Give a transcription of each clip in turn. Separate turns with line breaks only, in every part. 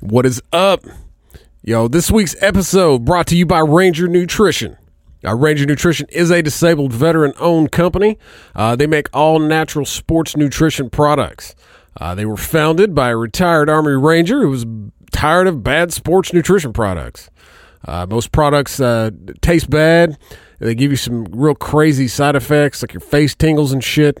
What is up? Yo, this week's episode brought to you by Ranger Nutrition. Now, Ranger Nutrition is a disabled veteran owned company. Uh, they make all natural sports nutrition products. Uh, they were founded by a retired Army Ranger who was tired of bad sports nutrition products. Uh, most products uh, taste bad. They give you some real crazy side effects, like your face tingles and shit.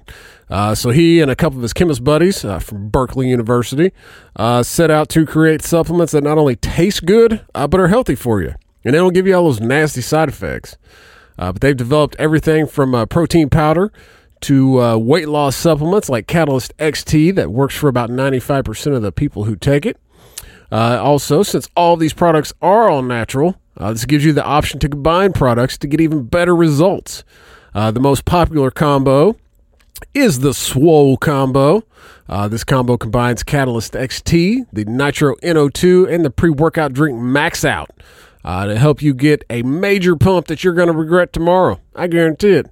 Uh, so he and a couple of his chemist buddies uh, from Berkeley University uh, set out to create supplements that not only taste good uh, but are healthy for you, and they don't give you all those nasty side effects. Uh, but they've developed everything from uh, protein powder to uh, weight loss supplements like Catalyst XT that works for about 95% of the people who take it. Uh, also, since all these products are all natural, uh, this gives you the option to combine products to get even better results. Uh, the most popular combo is the Swole combo. Uh, this combo combines Catalyst XT, the Nitro NO2, and the pre workout drink Max Out uh, to help you get a major pump that you're going to regret tomorrow. I guarantee it.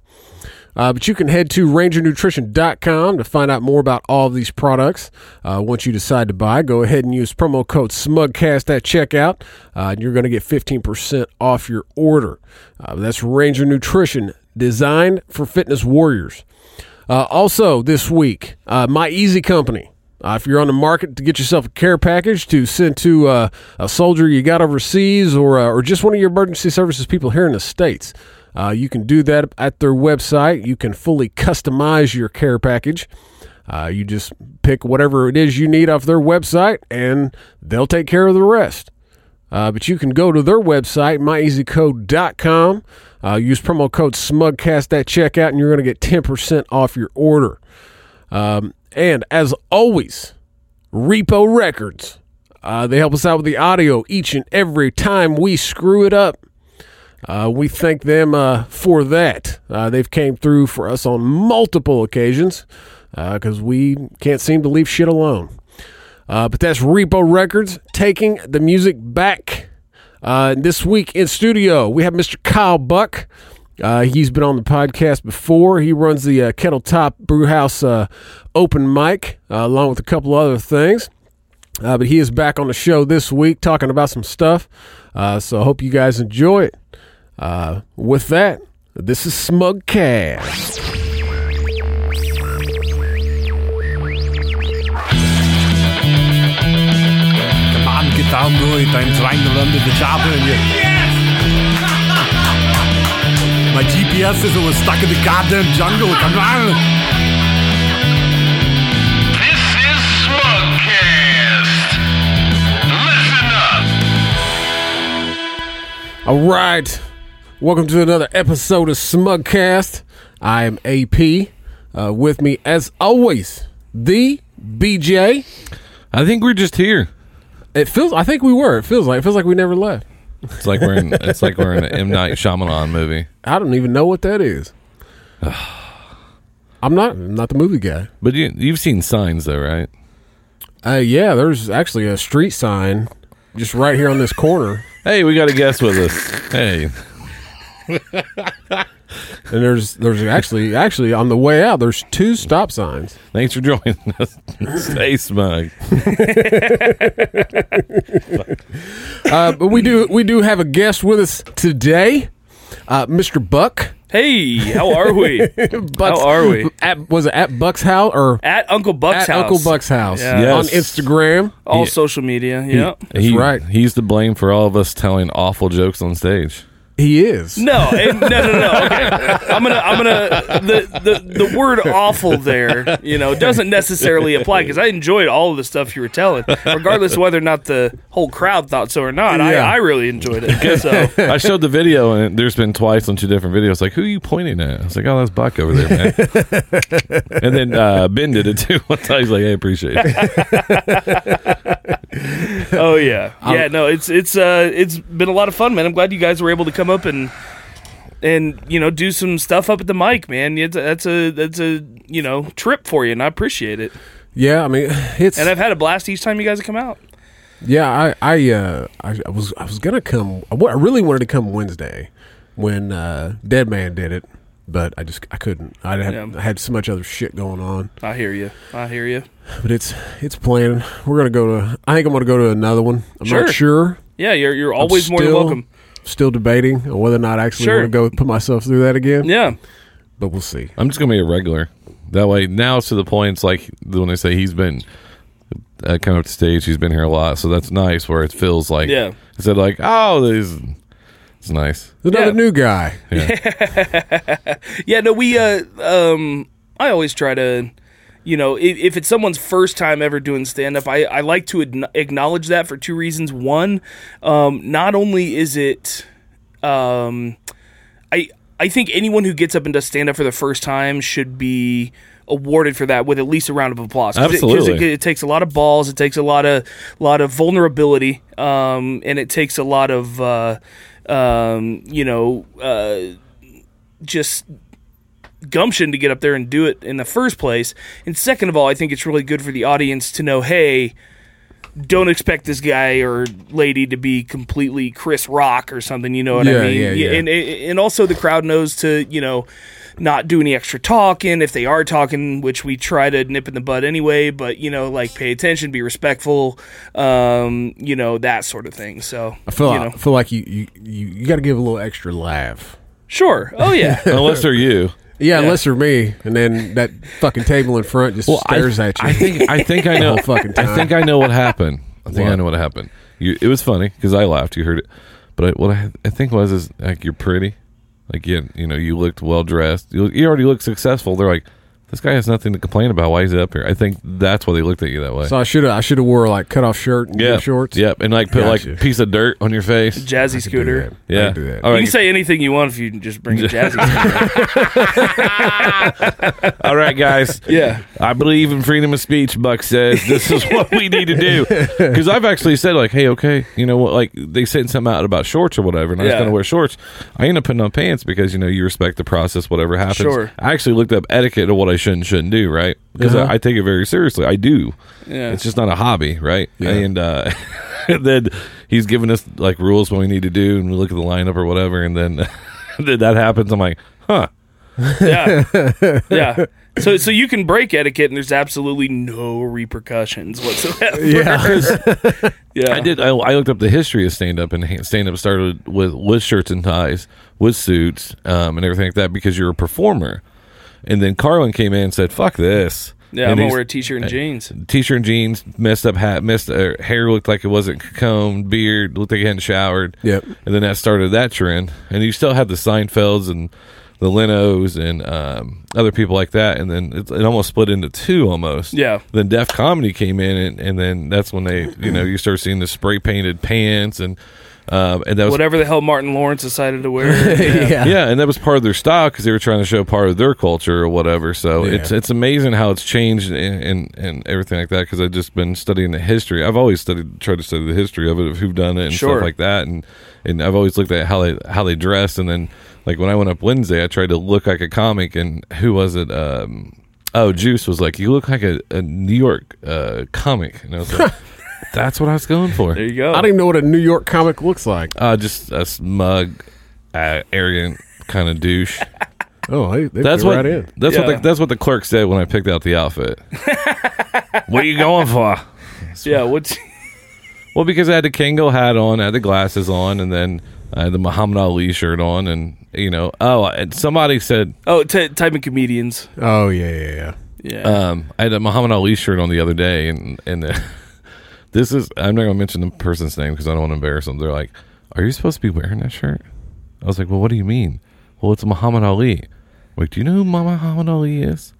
Uh, but you can head to rangernutrition.com to find out more about all of these products. Uh, once you decide to buy, go ahead and use promo code SMUGCAST at checkout, uh, and you're going to get 15% off your order. Uh, that's Ranger Nutrition, designed for fitness warriors. Uh, also, this week, uh, My Easy Company. Uh, if you're on the market to get yourself a care package to send to uh, a soldier you got overseas or, uh, or just one of your emergency services people here in the States, uh, you can do that at their website. You can fully customize your care package. Uh, you just pick whatever it is you need off their website, and they'll take care of the rest. Uh, but you can go to their website, myeasycode.com. Uh, use promo code SMUGCAST at checkout, and you're going to get 10% off your order. Um, and as always, Repo Records. Uh, they help us out with the audio each and every time we screw it up. Uh, we thank them uh, for that. Uh, they've came through for us on multiple occasions because we can't seem to leave shit alone. Uh, but that's Repo Records taking the music back. Uh, this week in studio, we have Mr. Kyle Buck. Uh, he's been on the podcast before. He runs the uh, Kettle Top Brewhouse uh, open mic, uh, along with a couple other things. Uh, but he is back on the show this week talking about some stuff. Uh, so I hope you guys enjoy it. Uh, with that, this is Smugcast.
Come on, get down, do it. I'm trying to land the job and you. My GPS is always stuck in the goddamn jungle. Come on.
This is Smugcast. Listen up.
All right. Welcome to another episode of Smugcast. I am AP. Uh, with me, as always, the BJ.
I think we're just here.
It feels. I think we were. It feels like. It feels like we never left.
It's like we're in. It's like we're in an M Night Shyamalan movie.
I don't even know what that is. I'm not. I'm not the movie guy.
But you, you've seen signs though, right?
Uh, yeah, there's actually a street sign just right here on this corner,
Hey, we got a guest with us. Hey,
and there's there's actually actually on the way out there's two stop signs.
thanks for joining us. Stay smug.
Uh, but we do we do have a guest with us today, uh, Mr. Buck.
Hey, how are we?
Buck's,
How are we?
At, was it at Buck's house or
At Uncle Buck's
at
house.
Uncle Buck's house
Yeah.
on
Yes.
Instagram?
All social media. Yeah.
He-
right.
He's to blame for all of us telling awful jokes on stage.
He is.
No, eh, no, no, no. Okay. I'm gonna, I'm gonna. The, the the word awful there, you know, doesn't necessarily apply because I enjoyed all of the stuff you were telling, regardless of whether or not the whole crowd thought so or not.
Yeah.
I, I really enjoyed it. So
I showed the video, and there's been twice on two different videos. Like, who are you pointing at? I was like, oh, that's Buck over there, man. and then uh, Ben did it too. One time, he's like, hey, appreciate it.
oh yeah, yeah. No, it's it's uh it's been a lot of fun, man. I'm glad you guys were able to come up and and you know do some stuff up at the mic, man. It's, that's a that's a you know trip for you, and I appreciate it.
Yeah, I mean it's
And I've had a blast each time you guys have come out.
yeah. I I, uh, I I was I was gonna come. I wa- I really wanted to come Wednesday when uh, Dead Man did it, but I just I couldn't. I had,
Yeah.
I had so much other shit going on.
I hear you. I hear you.
But it's it's playing. We're gonna go to. I think I'm gonna go to another one. I'm
Sure.
not sure.
Yeah, you're you're
I'm
always more than
still-
welcome.
Still debating on whether or not I actually
Sure.
want to go put myself through that again.
Yeah.
But we'll see.
I'm just gonna be a regular. That way, now it's to the point. It's like when they say he's been uh, coming up to stage. He's been here a lot, so that's nice. Where it feels like
Yeah.
Instead, of like oh, these it's nice.
Another
Yeah.
new guy.
Yeah, no, we uh um I always try to you know, if, if it's someone's first time ever doing stand up, I, I like to adn- acknowledge that for two reasons. One, um, not only is it um I I think anyone who gets up and does stand up for the first time should be awarded for that with at least a round of applause. 'Cause it- 'cause
Absolutely.
it, it takes a lot of balls. It takes a lot of lot of vulnerability, um, and it takes a lot of uh, um, you know uh, just gumption to get up there and do it in the first place. And second of all, I think it's really good for the audience to know, hey. Don't expect this guy or lady to be completely Chris Rock or something. You know what
Yeah,
I mean?
yeah, yeah.
And and also the crowd knows to you know not do any extra talking if they are talking which we try to nip in the bud anyway but you know like pay attention be respectful um you know that sort of thing so
I feel
you
I
know
feel like you you, you, you got to give a little extra laugh.
sure oh yeah
Unless they're you.
Yeah, unless you're me, and then that fucking table in front just stares
I,
at you.
I think I think I know.
whole fucking
I
time.
think I know what happened. I think I
What?
know what happened. You, it was funny because I laughed. You heard it, but I, what I, I think was is like you're pretty, like you you know you looked well dressed. You, you already looked successful. They're like, this guy has nothing to complain about. Why is he up here? I think that's why they looked at you that way.
so I should have I should have wore like cut off shirt and
yeah,
shorts.
Yep, and like put
Gotcha.
like a piece of dirt on your face.
jazzy
I could do
scooter
that. I
yeah,
could do that.
All
you
right,
can say anything you want if you just bring a jazzy scooter
all right, guys.
yeah
I believe in freedom of speech, Buck says. This is what we need to do. Because I've actually said, like, hey, okay, you know what? Like, they sent something out about shorts or whatever, and I was
Yeah.
going to wear shorts. I end up putting on pants because, you know, you respect the process, whatever happens.
Sure. Uh-huh.
I actually looked up etiquette of what I should and shouldn't do, right? Because I, I take it very seriously. I do.
Yeah.
It's just not a hobby, right? And, uh, then he's giving us, like, rules what we need to do, and we look at the lineup or whatever, and then, then that happens. I'm like, huh.
yeah yeah so so you can break etiquette and there's absolutely no repercussions whatsoever
Yeah.
yeah
I did. I, I looked up the history of stand up, and stand up started with with shirts and ties, with suits, um, and everything like that because you're a performer. And then Carlin came in and said, "Fuck this."
yeah
And
i'm gonna
he's-
wear a t-shirt and jeans
T-shirt and jeans, messed up hat, messed uh, hair looked like it wasn't combed, beard looked like he hadn't showered.
Yep.
And then that started that trend. And you still had the Seinfelds and the Lenos and um, other people like that. And then it, it almost split into two almost.
Yeah.
Then deaf comedy came in, and, and then that's when they, you know, you start seeing the spray painted pants and um, and that was
whatever the hell martin lawrence decided to wear yeah.
yeah, and that was part of their style because they were trying to show part of their culture or whatever. So it's it's amazing how it's changed and and, and everything like that. Because I've just been studying the history. I've always studied, tried to study the history of it, of who done it, and
Sure.
stuff like that. And and I've always looked at how they how they dressed. And then like when I went up Wednesday, I tried to look like a comic. And who was it? Um, oh, Juice was like, "You look like a, a New York uh, comic," and I was like. That's what I was going for.
there you go
I don't even know what a New York comic looks like.
Uh, just a smug, uh, arrogant kind of douche.
Oh, they, they
That's
fit
what.
right in.
That's what.
Yeah.
The, that's what the clerk said when I picked out the outfit. what are you going for?
yeah what's
Well, because I had the Kango hat on, I had the glasses on, and then I had the Muhammad Ali shirt on, and you know, oh, and somebody said
oh t- type in comedians
Oh yeah, yeah, yeah.
yeah
um, I had a Muhammad Ali shirt on the other day, and and uh, this is I'm not going to mention the person's name because I don't want to embarrass them. They're like, "Are you supposed to be wearing that shirt?" I was like, "Well, what do you mean?" Well, it's Muhammad Ali. I'm like, do you know who Muhammad Ali is?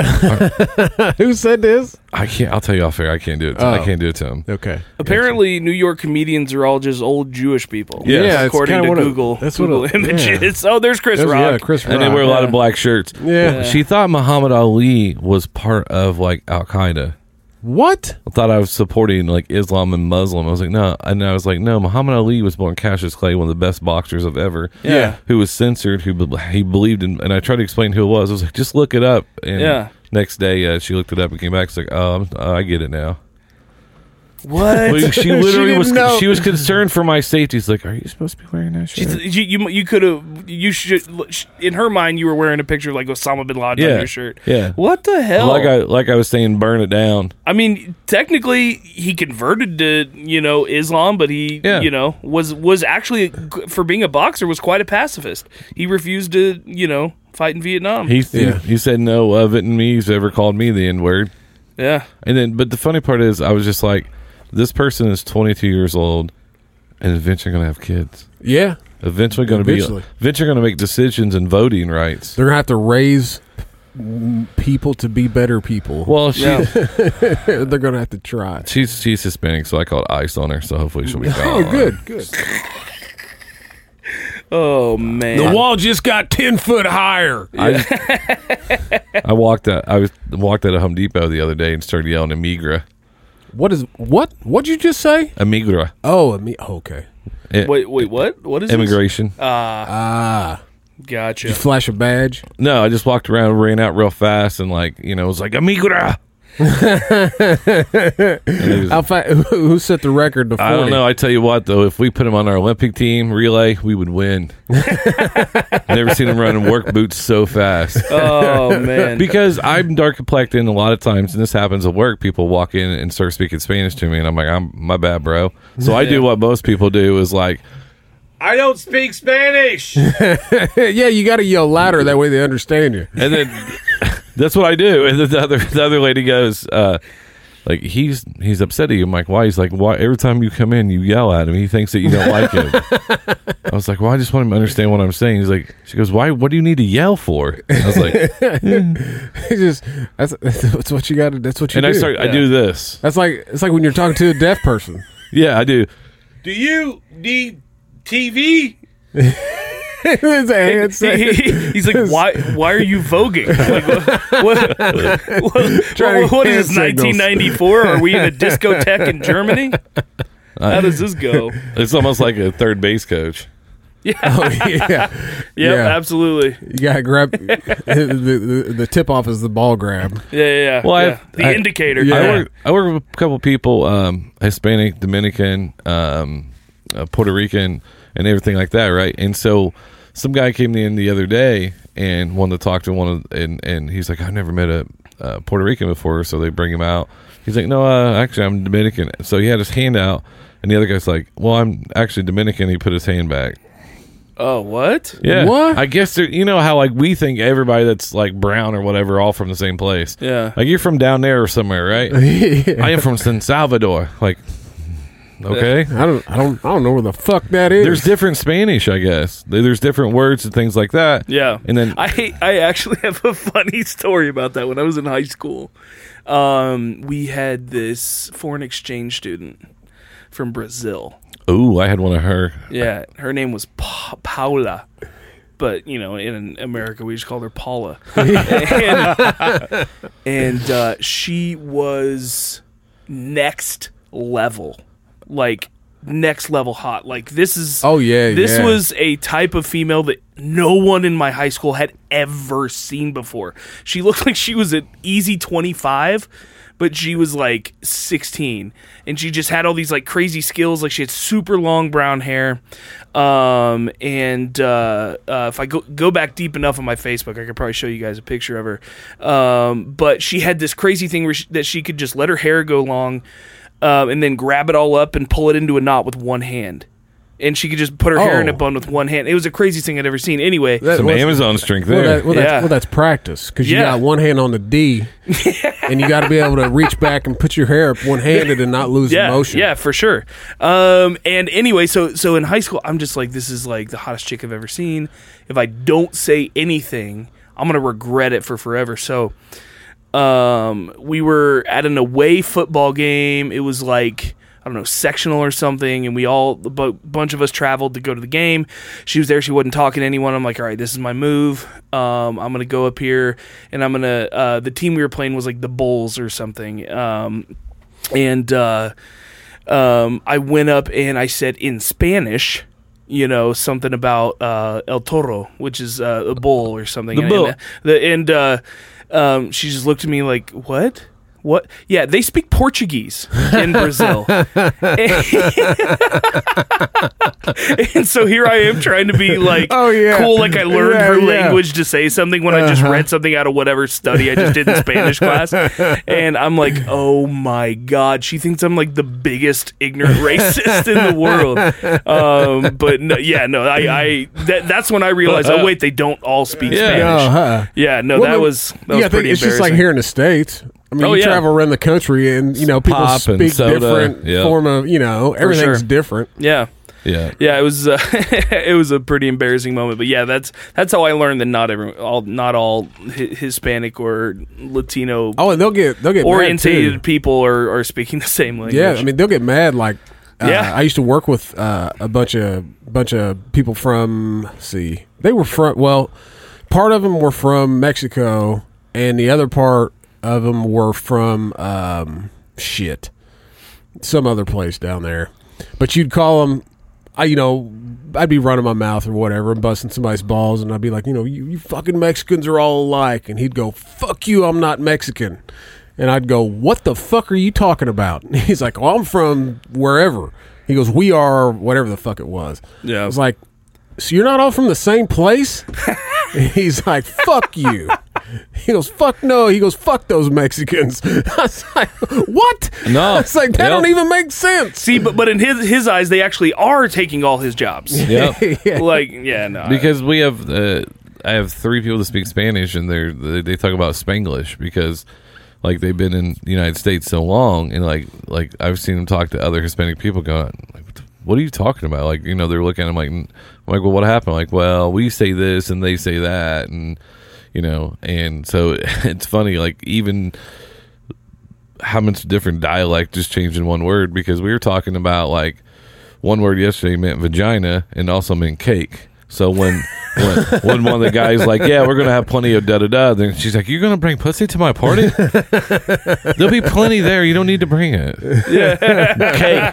Who said this?
I can't. I'll tell you off air. I can't do it. To, I
Oh.
can't do it to him.
Okay.
Apparently, New York comedians are all just old Jewish people.
Yeah, it's
according
kinda
to
what it-
Google.
that's what
Google
it-
images. Oh, there's Chris
That's-
Rock.
Yeah, Chris Rock.
And they wear a lot of black shirts.
Yeah.
She thought Muhammad Ali was part of like Al Qaeda.
What?
I thought I was supporting like Islam and Muslim. I was like, no. And I was like, no, Muhammad Ali was born Cassius Clay, one of the best boxers of ever.
Yeah.
Who was censored, who be- he believed in. And I tried to explain who it was. I was like, just look it up. And
Yeah.
uh, next day, uh, she looked it up and came back. It's like, oh, I'm, oh, I get it now.
What?
Like, she literally
didn't
was
know.
she was concerned for my safety. She's like, "Are you supposed to be wearing that shirt?"
She's- you you, you could have you should in her mind you were wearing a picture of, like Osama bin Laden
Yeah,
on your shirt.
yeah.
What the hell?
like I like I was saying, burn it down.
I mean, technically he converted to you know Islam, but he
Yeah.
you know was was actually for being a boxer was quite a pacifist. He refused to you know fight in Vietnam.
He
Yeah.
he, he said no of it, and me's ever called me the N word.
yeah.
And then, but the funny part is, I was just like, this person is 22 years old, and eventually going to have kids.
Yeah,
Eventually going to be
Eventually.
eventually going to make decisions and voting rights.
they're gonna have to raise people to be better people.
Well, she
Yeah.
they're gonna have to try.
she's she's Hispanic, so I called ICE on her. So hopefully she'll be.
Oh,
fine.
good, good.
Oh man.
The wall just got ten foot higher.
I, just- I walked out. I was walked out of Home Depot the other day and started yelling Amigra,
What is what? What'd you just say?
Amigra,
Oh, I mean, okay.
Wait wait what what is this?
immigration.
Uh. Ah,
Gotcha.
flash a badge.
no, I just walked around, ran out real fast, and like you know, was like Amigra. And it was-
How fa- who set the record to forty?
I don't know. I tell you what, though, if we put him on our Olympic team relay, we would win. Never seen him running work boots so fast.
Oh man.
Because I'm dark complected, and a lot of times, and this happens at work, people walk in and start speaking Spanish to me, and I'm like, "I'm my bad, bro." So I do what most people do is like, "I don't speak Spanish,"
yeah, you got to yell louder that way they understand you.
and then that's what I do. And then the other the other lady goes, uh, "Like he's he's upset at you." I'm like, "Why?" He's like, "Why?" Every time you come in, you yell at him. He thinks that you don't like him. I was like, "Well, I just want him to understand what I'm saying." He's like, "She goes, why? What do you need to yell for?" I was like,
It's just that's, that's what you got. to That's what you
and
do.
I start I do this.
that's like it's like when you're talking to a deaf person.
Yeah, I do.
Do you need TV?
it's a
He-
handset.
he- he's like, why? Why are you voguing? Like, what, what, what-
Trying
what- what
hand
is this?
signals.
1994? Are we in a discotheque in Germany?
Uh,
How does this go?
It's almost like a third base coach.
Oh, yeah,
Yep,
Yeah.
absolutely.
you got to grab the, the, the tip off is the ball grab.
Yeah, yeah. yeah.
Well, I-
Yeah. the
I-
indicator.
yeah.
I work. I work with a couple people, um, Hispanic, Dominican, um, uh, Puerto Rican, and everything like that, right? And so, some guy came in the other day and wanted to talk to one of, and and he's like, I've never met a uh, Puerto Rican before, so they bring him out. He's like, No, uh, actually, I'm Dominican. So he had his hand out, and the other guy's like, Well, I'm actually Dominican. He put his hand back.
Oh, what?
Yeah,
What?
I guess they're- you know how like we think everybody that's like brown or whatever all from the same place.
Yeah.
like you're from down there or somewhere, right? I am from San Salvador. Like, okay.
I don't, I don't, I don't know where the fuck that is.
There's different Spanish, I guess. There- There's different words and things like that.
Yeah.
And then
I I actually have a funny story about that when I was in high school. Um, we had this foreign exchange student from Brazil.
ooh, I had one of her.
Yeah, her name was pa- Paula, but you know, in America we just called her Paula. and and, uh, she was next level, like next level hot. Like this is
Oh, yeah,
this
yeah.
was a type of female that no one in my high school had ever seen before. She looked like she was an easy twenty five. But she was like 16, and she just had all these like crazy skills. Like she had super long brown hair, um, and uh, uh, if I go go back deep enough on my Facebook, I could probably show you guys a picture of her. Um, but she had this crazy thing where she, that she could just let her hair go long, um, and then grab it all up and pull it into a knot with one hand, and she could just put her hair in a
Oh.
bun with one hand. It was the craziest thing I'd ever seen. Anyway,
That
Some
was-
Amazon string
Well,
there.
that, well,
Yeah.
that's, well, that's practice because you
Yeah.
got one hand on the D, and you got to be able to reach back and put your hair up one handed and not lose
yeah,
motion.
Yeah, for sure. Um, and anyway, so so in high school, I'm just like, this is like the hottest chick I've ever seen. If I don't say anything, I'm gonna regret it for forever. So, um, we were at an away football game. It was like. I don't know, sectional or something, and we all, a bu- bunch of us traveled to go to the game. She was there. She wasn't talking to anyone. I'm like, all right, this is my move. Um, I'm going to go up here, and I'm going to, uh, the team we were playing was like the Bulls or something. Um, and uh, um, I went up and I said in Spanish, you know, something about uh, El Toro, which is uh, a bull or something.
The
and, uh,
bull.
And, the, and uh, um, she just looked at me like, what? What? Yeah, they speak Portuguese in Brazil. and so here I am trying to be like,
Oh, yeah.
cool, like I learned
Yeah,
her
yeah.
language to say something when I just
Uh-huh.
read something out of whatever study I just did in Spanish class. And I'm like, oh my God, she thinks I'm like the biggest ignorant racist in the world. Um, but no, yeah, no, I, I that, that's when I realized, oh, wait, they don't all speak
Yeah.
Spanish.
Uh-huh.
Yeah, no,
Well,
that
no,
was that was
yeah, I think
pretty
it's just like
embarrassing.
here in the states. I mean,
Oh,
you
yeah.
travel around the country, and you know people
Pop and
speak
soda,
different
yeah.
form of you know everything's
sure.
different.
Yeah.
Yeah.
Yeah, it was uh, it was a pretty embarrassing moment, but yeah, that's that's how I learned that not every all not all hi Hispanic or Latino
Oh, and they'll get they'll get mad,
orientated
too.
people are, are speaking the same language.
Yeah, I mean they'll get mad. Like, uh,
Yeah.
I used to work with uh, a bunch of bunch of people from. let's see, they were from. Well, part of them were from Mexico, and the other part of them were from um, shit, some other place down there. But you'd call them. I, you know, I'd be running my mouth or whatever and busting somebody's balls, and I'd be like, you know, you, you fucking Mexicans are all alike. And he'd go, fuck you, I'm not Mexican. And I'd go, what the fuck are you talking about? And he's like, well, I'm from wherever. He goes, we are whatever the fuck it was.
Yeah.
I was like, so you're not all from the same place? And he's like, fuck you. He goes, fuck no. He goes, fuck those Mexicans. I was like, what?
No.
It's like, that
Yep.
don't even make sense.
See, but but in his his eyes, they actually are taking all his jobs.
Yeah.
Like, yeah, no,
because we have uh, I have three people that speak Spanish and they're they, they talk about Spanglish because like they've been in the United States so long and like like I've seen them talk to other Hispanic people going like what the- what are you talking about like you know they're looking at them like "N- I'm like well what happened like well we say this and they say that and you know and so it's funny like even how much different dialect just changing one word because we were talking about like one word yesterday meant vagina and also meant cake. So when when, when one of the guys like, yeah, we're gonna have plenty of da da da, then she's like, you're gonna bring pussy to my party? There'll be plenty there. You don't need to bring it.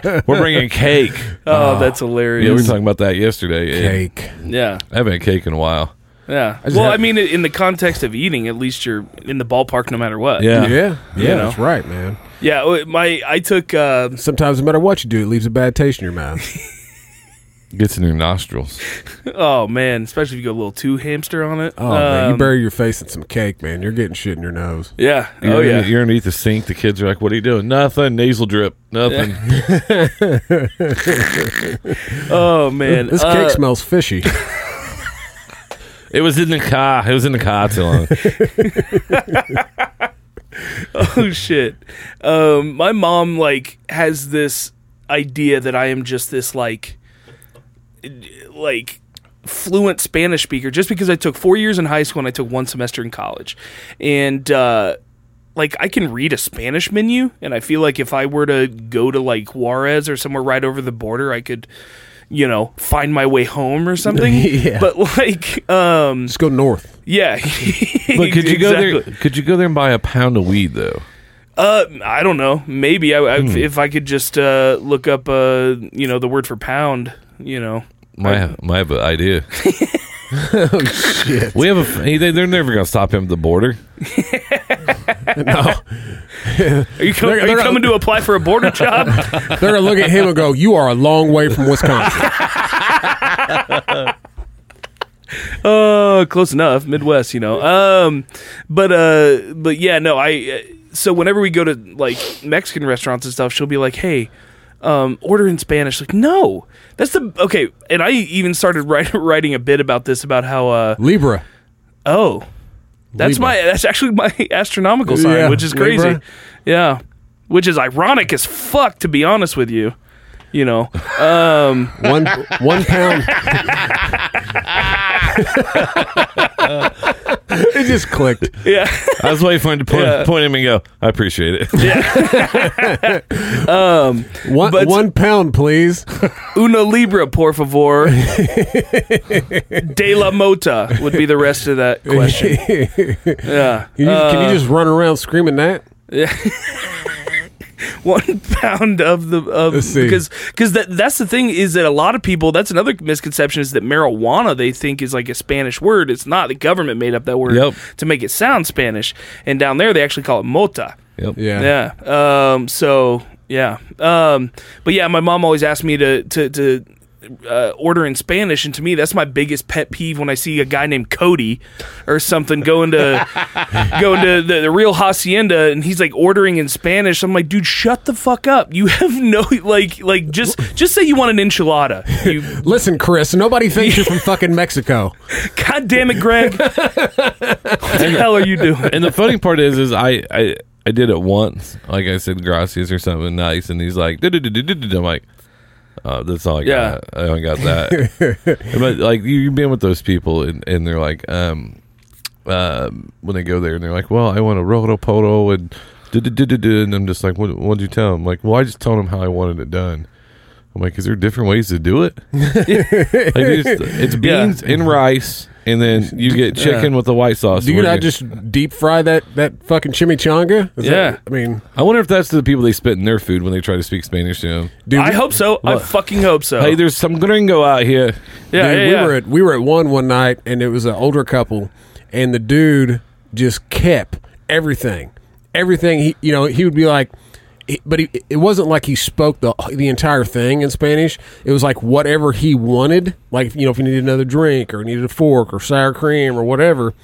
cake. We're bringing cake.
oh, that's
Yeah, we were
hilarious.
talking about that yesterday.
Cake.
Yeah,
I haven't had cake in a while.
yeah.
just
well,
had-
I mean, in the context of eating, at least you're in the ballpark no matter what.
Yeah.
Yeah.
Yeah,
You know.
that's right, man.
yeah. My I took uh,
Sometimes no matter what you do, it leaves a bad taste in your mouth.
Gets in your nostrils.
oh man, especially if you go a little too hamster on it.
Oh, man, you
Um,
bury your face in some cake, man. You're getting shit in your nose.
Yeah.
You're
oh yeah.
You're underneath the sink. The kids are like, "What are you doing? Nothing. Nasal drip. Nothing."
Oh man.
This
Uh,
cake smells fishy.
It was in the car. It was in the car too long.
oh shit. Um, my mom like has this idea that I am just this like like fluent Spanish speaker just because I took four years in high school and I took one semester in college, and uh, like I can read a Spanish menu, and I feel like if I were to go to like Juarez or somewhere right over the border, I could. You know, find my way home or something.
Yeah.
But like, um,
Just go north.
yeah.
But could you go
Exactly.
there? Could you go there and buy a pound of weed though?
Uh, I don't know. Maybe I, I
Hmm.
if I could just uh, look up uh, you know, the word for pound. You know,
My my b- idea.
Oh shit!
We have a. f- Hey, they, they're never gonna stop him at the border.
No,
are you com-
They're-
are you
they're-
coming to apply for a border job?
they're gonna look at him and go, "You are a long way from Wisconsin."
Uh, close enough, Midwest. You know. Um, but uh, but yeah, no. I uh, so whenever we go to like Mexican restaurants and stuff, she'll be like, hey. Um, order in Spanish. Like, no, that's the okay. And I even started write, writing a bit about this about how uh,
Libra.
Oh, that's
Libra.
my. That's actually my astronomical sign,
Yeah,
which is crazy.
Libra.
Yeah, which is ironic as fuck, to be honest with you. You know,
One one pound. it just clicked.
yeah,
I was waiting for him to point,
Yeah.
point him and go. I appreciate it.
One
But-
one pound, please.
una libra, por favor. De la mota would be the rest of that question. Uh, Yeah,
You- can you just run around screaming that?
one pound of the of
Let's see.
because because that that's the thing is that a lot of people that's another misconception is that marijuana they think is like a Spanish word. It's not. The government made up that word
Yep.
to make it sound Spanish, and down there they actually call it mota.
Yep.
Yeah.
Yeah. Um, so yeah. Um, but yeah, my mom always asked me to to, to uh, order in Spanish, and to me, that's my biggest pet peeve when I see a guy named Cody or something going to going to the, the real hacienda, and he's like ordering in Spanish. I'm like, dude, shut the fuck up. You have no like like just just say you want an enchilada. You
Listen, Chris, nobody thinks you're from fucking Mexico.
god damn it, Greg. what the hell are you doing?
and the funny part is, is I, I I did it once. Like I said, gracias or something nice, and he's like, "Du-du-du-du-du-du-du." I'm like, uh, that's all I
Yeah.
got. I only got that. but like you, you've been with those people, and, and they're like, um, um, when they go there, and they're like, "Well, I want a rotopoto," and du-du-du-du-du," and I'm just like, "What? What'd you tell them?" Like, well, I just told them how I wanted it done. I'm like, is there different ways to do it? like it's, it's beans and rice, and then you get chicken with the white sauce.
Do you
We're
not
good.
just deep fry that, that fucking chimichanga? Is
Yeah.
that- I mean,
I wonder if that's the people they spit in their food when they try to speak Spanish to them.
dude,
I
we-
hope so. I fucking hope so.
Hey, there's some gringo out here.
uh, yeah,
dude,
yeah,
we
yeah.
were at we were at one one night, and it was an older couple, and the dude just kept everything, everything. He, you know, he would be like, he- but he, it wasn't like he spoke the the entire thing in Spanish. It was like whatever he wanted, like you know, if he needed another drink or needed a fork or sour cream or whatever.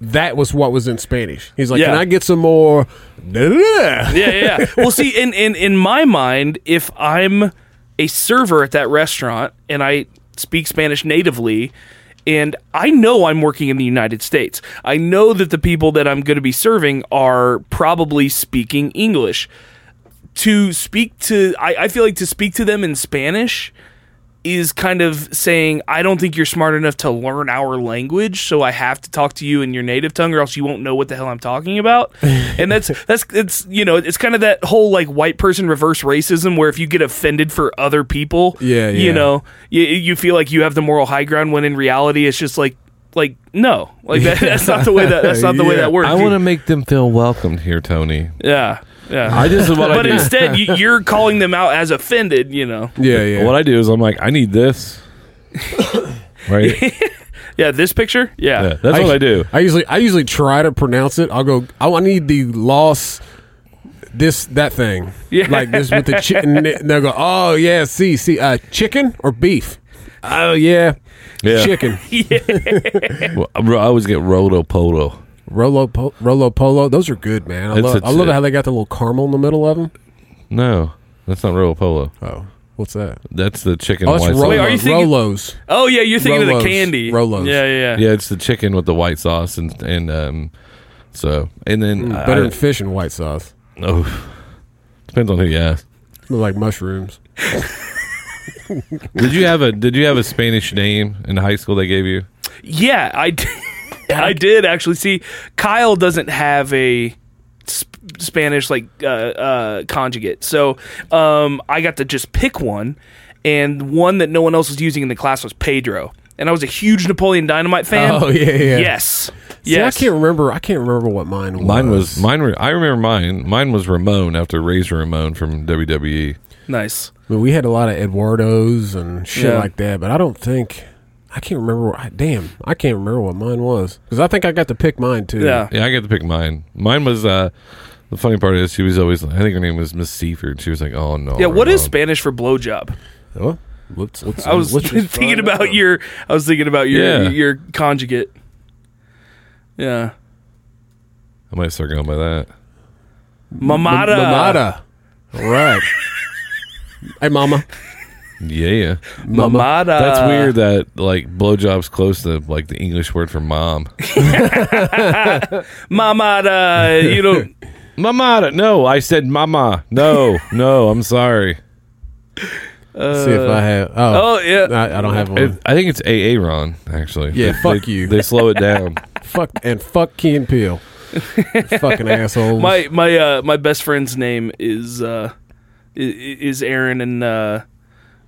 That was what was in Spanish. He's like,
Yeah.
"Can I get some more?" Da, da, da.
yeah, yeah. yeah. Well, see, in, in in my mind, if I'm a server at that restaurant and I speak Spanish natively, and I know I'm working in the United States, I know that the people that I'm going to be serving are probably speaking English. To speak to, I, I feel like to speak to them in Spanish is kind of saying, I don't think you're smart enough to learn our language, so I have to talk to you in your native tongue, or else you won't know what the hell I'm talking about. and that's that's it's you know it's kind of that whole like white person reverse racism where if you get offended for other people,
Yeah, yeah.
you know, you, you feel like you have the moral high ground when in reality it's just like like no, like that, that's not the way that that's not the way
Yeah.
that works.
I
You-
want to make them feel welcomed here, Tony.
yeah, yeah.
I just what I
but
do.
instead, you, you're calling them out as offended. You know,
yeah, yeah.
What I do is I'm like, I need this. right?
yeah. This picture,
Yeah,
yeah,
that's what I do.
I usually I usually try to pronounce it. I'll go. I, I need the loss. This that thing.
Yeah.
Like this with the chicken. and They'll go. Oh yeah. See see. Uh, chicken or beef. Oh yeah.
Yeah.
Chicken.
Well, I I always get roto poto.
Rolo po- Rolo Polo. Those are good, man. I
It's-
love. I
it's,
love
uh,
how they got the little caramel in the middle of them.
No, that's not roto polo.
Oh, what's that?
That's the chicken.
Oh,
and
it's Rolo,
white sauce.
Wait, are you thinking-
Rolos.
Oh yeah, you're thinking of
Rolos.
the candy.
Rolos.
Yeah, yeah, yeah.
Yeah, it's the chicken with the white sauce and and um, so and then Uh, I-
Mm, Better than fish and white sauce.
oh, depends on who you ask.
They're like mushrooms.
Did you have a Did you have a Spanish name in high school? They gave you.
Yeah, I did, I did actually see Kyle doesn't have a sp- Spanish like uh, uh, conjugate, so um, I got to just pick one, and one that no one else was using in the class was Pedro, and I was a huge Napoleon Dynamite fan.
Oh yeah yeah.
Yes,
See, I
yes.
can't remember. I can't remember what mine was.
Mine was mine. Were, I remember mine. Mine was Ramon after Razor Ramon from E. WWE.
nice.
I mean, we had a lot of Eduardos and shit
Yeah.
like that, but I don't think I can't remember. What, I- damn, I can't remember what mine was because I think I got to pick mine too.
Yeah.
Yeah, I got to pick mine. Mine was uh, the funny part is she was always. I think her name was Miss Seaford. She was like, oh no.
Yeah, what is
Ramon.
Spanish for blowjob?
Well, let's, let's,
I was
let's just
thinking
find
about
out.
your. I was thinking about your
Yeah.
your conjugate. Yeah,
I might start going by that.
mamada.
Mamada. All right. hey, mama.
Yeah,
Mama.
Mamada.
that's weird. That like blowjobs close to like the English word for mom.
Mamada. You don't.
Mama. No, I said mama. No, no. I'm sorry.
see if I have. Oh,
Oh yeah.
I, I don't have one.
It- I think it's Aaron actually.
Yeah,
They-
fuck
they-
you.
They slow it down.
fuck and fuck Key and Peele. You fucking assholes.
My my uh my best friend's name is uh i- i- is Aaron and uh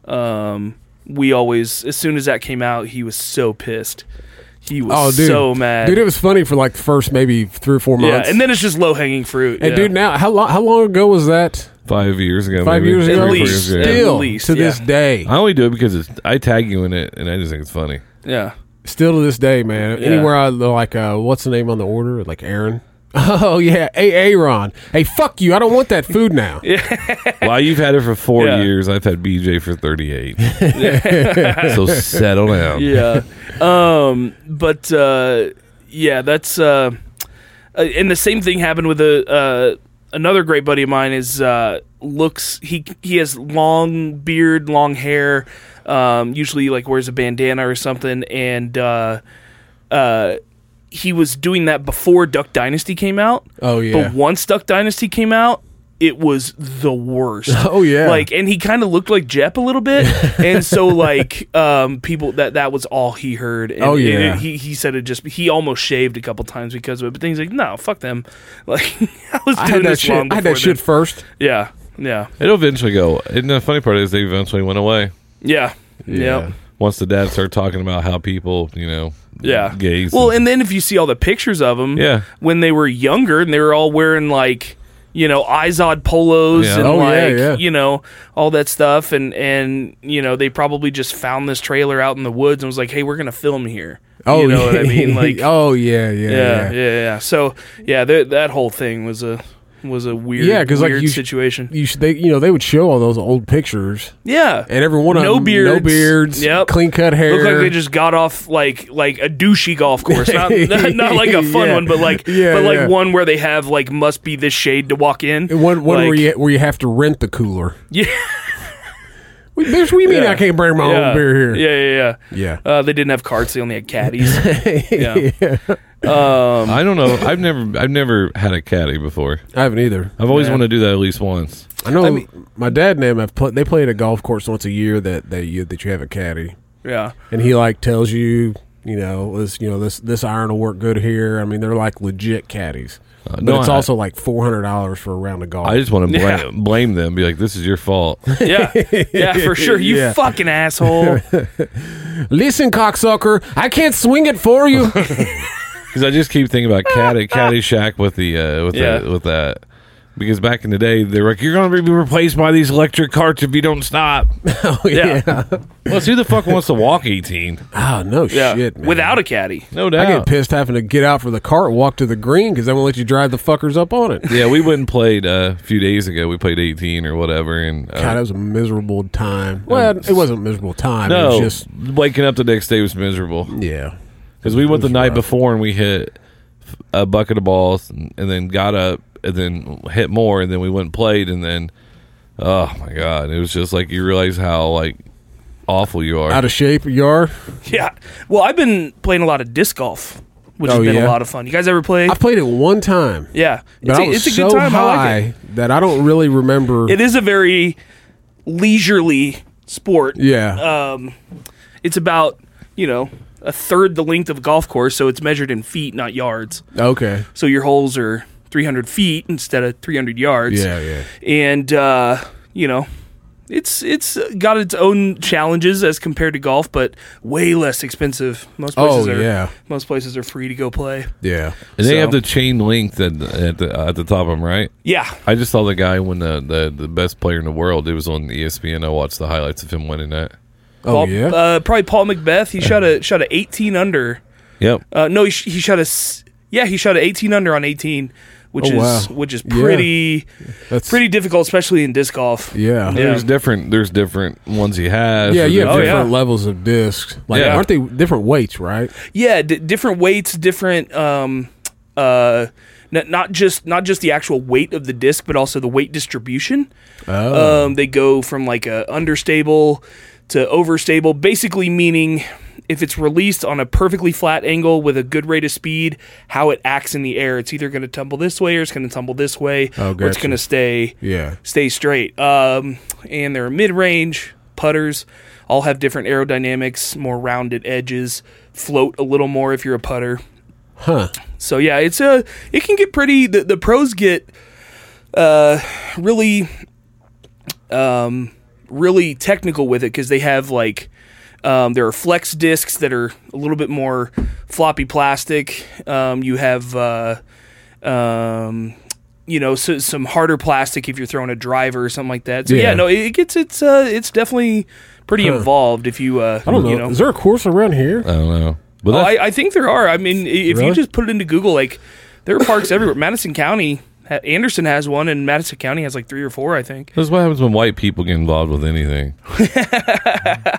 um we always as soon as that came out he was so pissed. He
oh,
was
dude.
so mad.
Dude, it was funny for like the first maybe three or four
yeah,
months.
and then it's just low hanging fruit.
and
yeah.
dude, now how long? How long ago was that?
Five years ago.
Five
maybe.
years
Three,
ago.
four
At least,
years ago.
yeah.
Still
At least,
to this
yeah.
day.
I only do it because it's, I tag you in it, and I just think it's funny.
yeah.
Still to this day, man.
Yeah.
Anywhere I like, uh, what's the name on the order? Like Aaron. Oh yeah, hey Aaron. Hey, fuck you. I don't want that food now.
Well, you've had it for four
Yeah.
years. I've had BJ for 38. so settle down.
yeah. Um, but uh, yeah, that's uh, uh, and the same thing happened with a uh, another great buddy of mine. Is uh, looks he he has long beard, long hair. Um, usually, like wears a bandana or something, and uh, uh, he was doing that before Duck Dynasty came out.
Oh, yeah.
But once Duck Dynasty came out. It was the worst.
Oh, yeah.
Like and he kind of looked like Jep a little bit, and so like um, people that that was all he heard. And,
Oh,
and
yeah.
it- he he said it just he almost shaved a couple times because of it, but then he's like, no, fuck them. Like I was
I
doing
had that
this
shit.
long
I had
before
that shit
then.
first.
yeah, yeah,
It'll eventually go. And the funny part is they eventually went away.
yeah, yeah,
Once the dad started talking about how people, you know,
yeah.
gays.
Well, and then if you see all the pictures of them,
Yeah.
when they were younger and they were all wearing like. You know, Izod polos
Yeah.
and
Oh, yeah,
like
yeah.
you know all that stuff, and and you know they probably just found this trailer out in the woods and was like, hey, we're gonna film here.
Oh,
you know
yeah.
what I mean? Like,
oh yeah, yeah,
yeah,
yeah.
yeah, yeah. So yeah, th- that whole thing was a was a weird,
Yeah,
yeah,
'cause, like,
weird
you sh-
situation.
You should, they, you know, they would show all those old pictures,
yeah,
and every one of
No
them, no
beards.
beards,
Yep.
clean cut hair.
looked like they just got off like like a douchey golf course, not not, not like a fun
Yeah.
one, but like
Yeah,
but like
yeah.
one where they have like must be this shade to walk in.
one one where
Like,
you where you have to rent the cooler.
Yeah.
Wait, bitch, what do you mean I can't bring my
yeah,
own beer here?
Yeah, yeah, yeah.
Yeah,
Uh, they didn't have carts; they only had caddies. yeah. Um,
I don't know. I've never I've never had a caddy before.
I haven't either.
I've always wanted to do that at least once.
I know my dad and them have played. They play at a golf course once a year that that you that you have a caddy,
yeah,
and he like tells you, you know, this you know this this iron will work good here. I mean, they're like legit caddies, but
Uh, no,
it's
I-
also like four hundred dollars for a round of golf.
I just want to blame,
Yeah.
blame them. Be like, this is your fault.
yeah, yeah, for sure. You
Yeah.
fucking asshole.
Listen, cocksucker, I can't swing it for you.
Because I just keep thinking about caddy Caddyshack with the uh, with
Yeah.
the, with that. Because back in the day, they were like, "You're going to be replaced by these electric carts if you don't stop."
oh,
Yeah.
Well, who the fuck wants to walk 18?
Oh no
Yeah,
shit, man.
without a caddy.
No
I
doubt.
get pissed having to get out for the cart, walk to the green because they won't let you drive the fuckers up on it.
yeah, we went and played uh, a few days ago. We played 18 or whatever, and uh,
God, that was a miserable time. Well, it wasn't a miserable time.
no,
it was just
waking up the next day was miserable.
yeah.
Because we went the night before and we hit a bucket of balls and, and then got up and then hit more and then we went and played and then oh my god, it was just like you realize how like awful you are.
Out of shape you are.
Yeah. Well, I've been playing a lot of disc golf, which
Oh,
has been
yeah?
a lot of fun. You guys ever play?
I played it one time.
yeah.
But
It's
I
a,
was
it's a
so
good time.
high
I like it.
that I don't really remember.
It is a very leisurely sport.
yeah.
Um, it's about, you know, a third the length of a golf course, so it's measured in feet, not yards.
okay.
So your holes are 300 feet instead of 300 yards.
Yeah, yeah.
And, uh, you know, it's it's got its own challenges as compared to golf, but way less expensive. Most places
Oh,
are
yeah.
most places are free to go play.
Yeah.
and they have
so-
the chain link at the, at the at the top of them, right?
Yeah,
I just saw the guy when the, the the best player in the world. It was on E ESPN. I watched the highlights of him winning that.
Oh,
Paul,
yeah.
uh, probably Paul Macbeth. He shot a shot a 18 under.
Yep.
Uh, no, he, sh- he shot a s- yeah, he shot a 18 under on 18, which
Oh,
is
wow.
which is
Yeah.
pretty
That's
pretty difficult, especially in disc golf.
Yeah.
Yeah.
There's different. There's different ones he has.
Yeah,
or
you have
Oh,
different-
yeah.
different levels of discs. Like,
Yeah.
aren't they different weights, right?
Yeah, d- different weights, different um uh n- not just not just the actual weight of the disc, but also the weight distribution.
Oh.
Um, they go from like a understable to overstable, basically meaning if it's released on a perfectly flat angle with a good rate of speed, how it acts in the air. It's either going to tumble this way or it's going to tumble this way,
Oh,
or it's
gotcha.
going to stay
yeah.
stay straight. Um, and they're mid range putters. All have different aerodynamics, more rounded edges, float a little more if you're a putter.
Huh.
So yeah, it's a it can get pretty. The, the pros get uh, really, um, really technical with it because they have like um, there are flex discs that are a little bit more floppy plastic. Um, you have uh, um, you know so, some harder plastic if you're throwing a driver or something like that. So yeah,
Yeah.
no, it, it gets it's uh, it's definitely pretty
Huh.
involved if you uh,
I don't know.
you know
Is there a course around here?
I don't know. But
Oh,
that's-
I, I think there are. I mean, i- if
Really?
you just put it into Google, like There are parks everywhere. Madison County, ha- Anderson has one, and Madison County has like three or four, I think.
This is what happens when white people get involved with anything.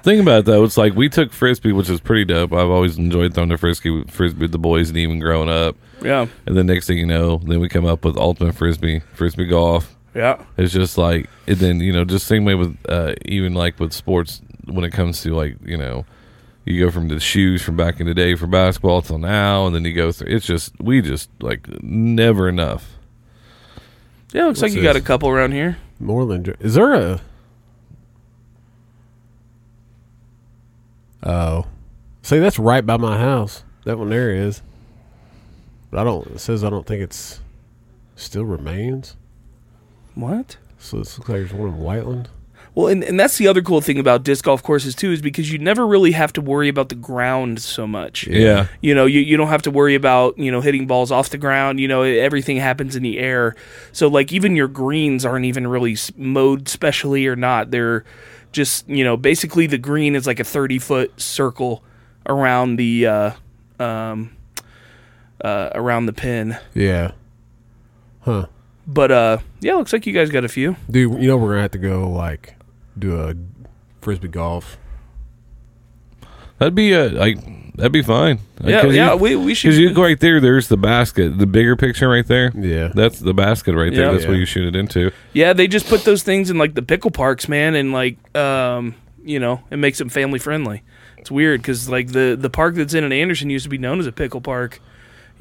Think about it, though. It's like we took frisbee, which is pretty dope. I've always enjoyed throwing the frisbee, frisbee with the boys, and even growing up.
Yeah,
And then next thing you know, then we come up with ultimate frisbee, frisbee golf.
yeah,
It's just like, and then you know, just same way with uh, even like with sports when it comes to like you know, you go from the shoes from back in the day for basketball till now, and then you go through. It's just we just like never enough.
yeah. Looks like you got a couple around here.
More than ju- is there a? Oh, see, that's right by my house. That one there is. But I don't. It says I don't think it's still remains.
What?
So it looks like there's one in Whiteland.
Well, and, and that's the other cool thing about disc golf courses too, is because you never really have to worry about the ground so much.
Yeah,
You know, you, you don't have to worry about, you know, hitting balls off the ground. You know, e, everything happens in the air. So, like, even your greens aren't even really s- mowed specially or not. They're just, you know, basically the green is like a 30 foot circle around the, uh, um, uh, around the pin.
Yeah. Huh.
But, uh, yeah, looks like you guys got a few.
Dude, you know we're gonna have to go like do a frisbee golf.
that'd be a like that'd be fine.
Yeah,
Because
yeah,
you-
we, we should.
Because you look right there, there's the basket, the bigger picture right there.
Yeah.
That's the basket right there.
Yeah.
That's what
Yeah.
you shoot it into.
Yeah, they just put those things in like the pickle parks, man, and like um, you know, it makes them family friendly. It's weird because like the the park that's in Anderson used to be known as a pickle park.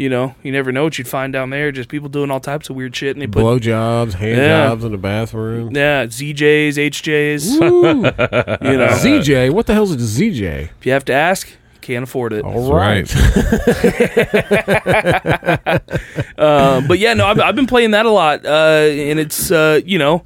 You know, you never know what you'd find down there. Just people doing all types of weird shit, and they put
Blowjobs, hand
Yeah.
jobs in the bathroom.
yeah ZJs, HJs.
Ooh.
You know,
ZJ, what the hell's a ZJ?
if you have to ask, can't afford it.
Oh,
All
right.
Um, but yeah, no, I've, I've been playing that a lot, uh, and it's uh, you know,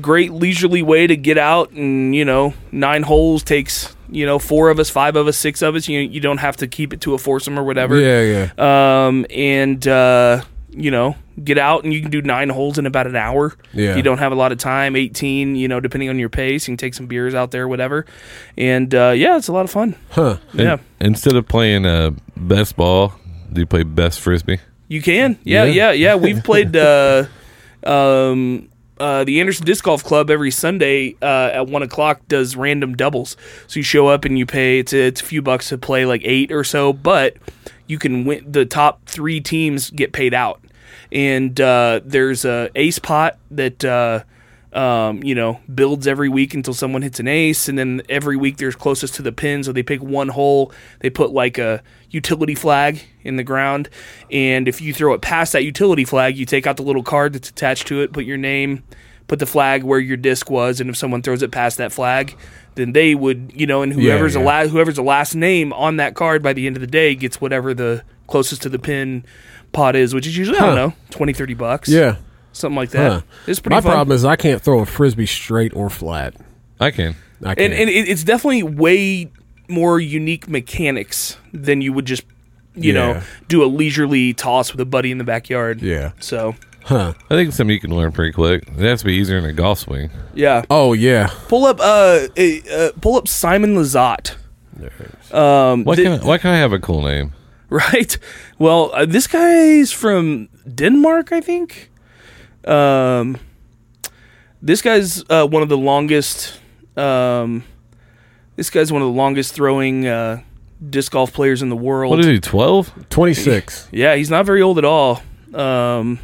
great leisurely way to get out, and you know, nine holes takes you know four of us, five of us, six of us. You you don't have to keep it to a foursome or whatever.
yeah, yeah.
Um, and uh, you know, get out and you can do nine holes in about an hour.
Yeah.
If you don't have a lot of time, eighteen. You know, depending on your pace, you can take some beers out there, whatever. And uh, yeah, it's a lot of fun.
Huh.
In-
Yeah.
Instead of playing uh, best ball, do you play best frisbee?
You can. Yeah,
Yeah.
yeah, yeah. We've played uh, um, uh, the Anderson Disc Golf Club every Sunday uh, at one o'clock does random doubles. So you show up and you pay. It's a, it's a few bucks to play like eight or so, but you can win. The top three teams get paid out, and uh, there's a ace pot that. Uh, um, you know, builds every week until someone hits an ace, and then every week there's closest to the pin. So they pick one hole, they put like a utility flag in the ground, and if you throw it past that utility flag, you take out the little card that's attached to it, put your name, put the flag where your disc was, and if someone throws it past that flag, then they would, you know, and whoever's
yeah.
the la- whoever's the last name on that card by the end of the day gets whatever the closest to the pin pot is, which is usually I don't know 20, 30 bucks,
Yeah.
something like that.
Huh.
It's pretty.
My
fun.
problem is I can't throw a frisbee straight or flat.
I can.
I can't.
and, and it, it's definitely way more unique mechanics than you would just
Yeah.
you know do a leisurely toss with a buddy in the backyard
yeah.
so
Huh.
I think it's something you can learn pretty quick. It has to be easier than a golf swing.
yeah
Oh yeah.
pull up uh, uh uh, pull up simon lazat um
Why
thi-
can't, I- why can't I have a cool name?
right well uh, this guy's from denmark i think um this guy's uh one of the longest um this guy's one of the longest throwing uh disc golf players in the world
What is he, 12?
Twenty six.
Yeah, he's not very old at all. Um,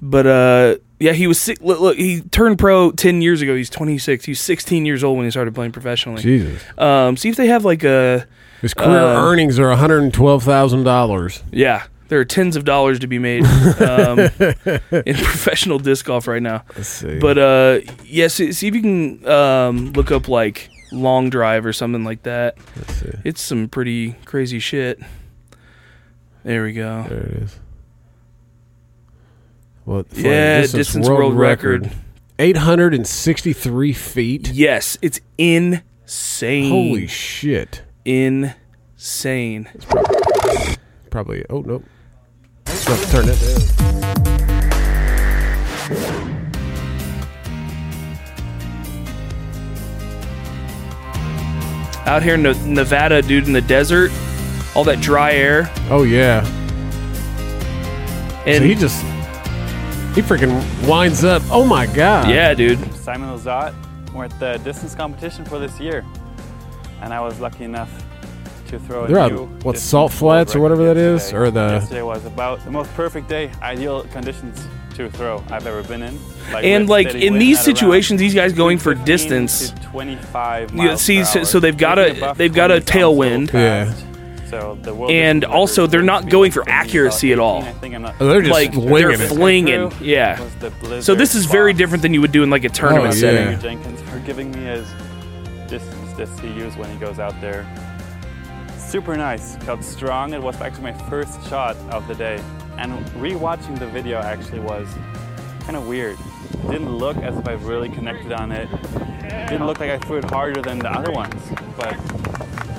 but uh, yeah, he was si- look, look. He turned pro ten years ago. He's twenty six. He was sixteen years old when he started playing professionally.
Jesus.
Um, see if they have like a
His career
Uh,
earnings are one hundred and twelve thousand dollars.
yeah. There are tens of dollars to be made um, in professional disc golf right now.
Let's see.
But uh, yeah, see, see if you can um, look up like long drive or something like that.
Let's see.
It's some pretty crazy shit. There we go.
There it is. What? the fuck?
Yeah, distance world record.
Eight hundred and sixty three feet.
Yes, it's insane.
Holy shit.
insane.
Probably. Oh nope. Just have to turn it. Down.
Out here in Ne- Nevada, dude, in the desert, all that dry air.
Oh yeah.
And
So Oh, he just he freaking winds up. Oh my god!
yeah, dude.
Simon Lazat. We're at the distance competition for this year, and I was lucky enough to throw
They're
a
on,
new
what,
distance
salt
world
flats or
record
whatever that is?
yesterday.
Or the-
yesterday was about the most perfect day, ideal conditions to throw I've ever been in. Like
And
with
like
steady
in
wind
these
at around
situations, these guys going for
15
distance.
to 25
Yeah,
miles
see,
per
so-
hour.
so they've got
Anything
a-
above
they've got a
20 sounds little
tailwind.
Yeah.
fast. So the world
And
record
also, they're
was
not
between
going for
15 and
accuracy at all.
18. I think I'm not-
Oh, they're just
Like, they're
flinging it.
flinging, yeah.
Was the
So this
blizzard
is very
boss.
different than you would do in like a
Oh,
tournament
yeah.
setting.
Andrew Jenkins for giving me his distance that he uses when he goes out there. Super nice, felt strong. It was actually my first shot of the day. And rewatching the video actually was kind of weird. Didn't look as if I really connected on it. Didn't look like I threw it harder than the other ones. But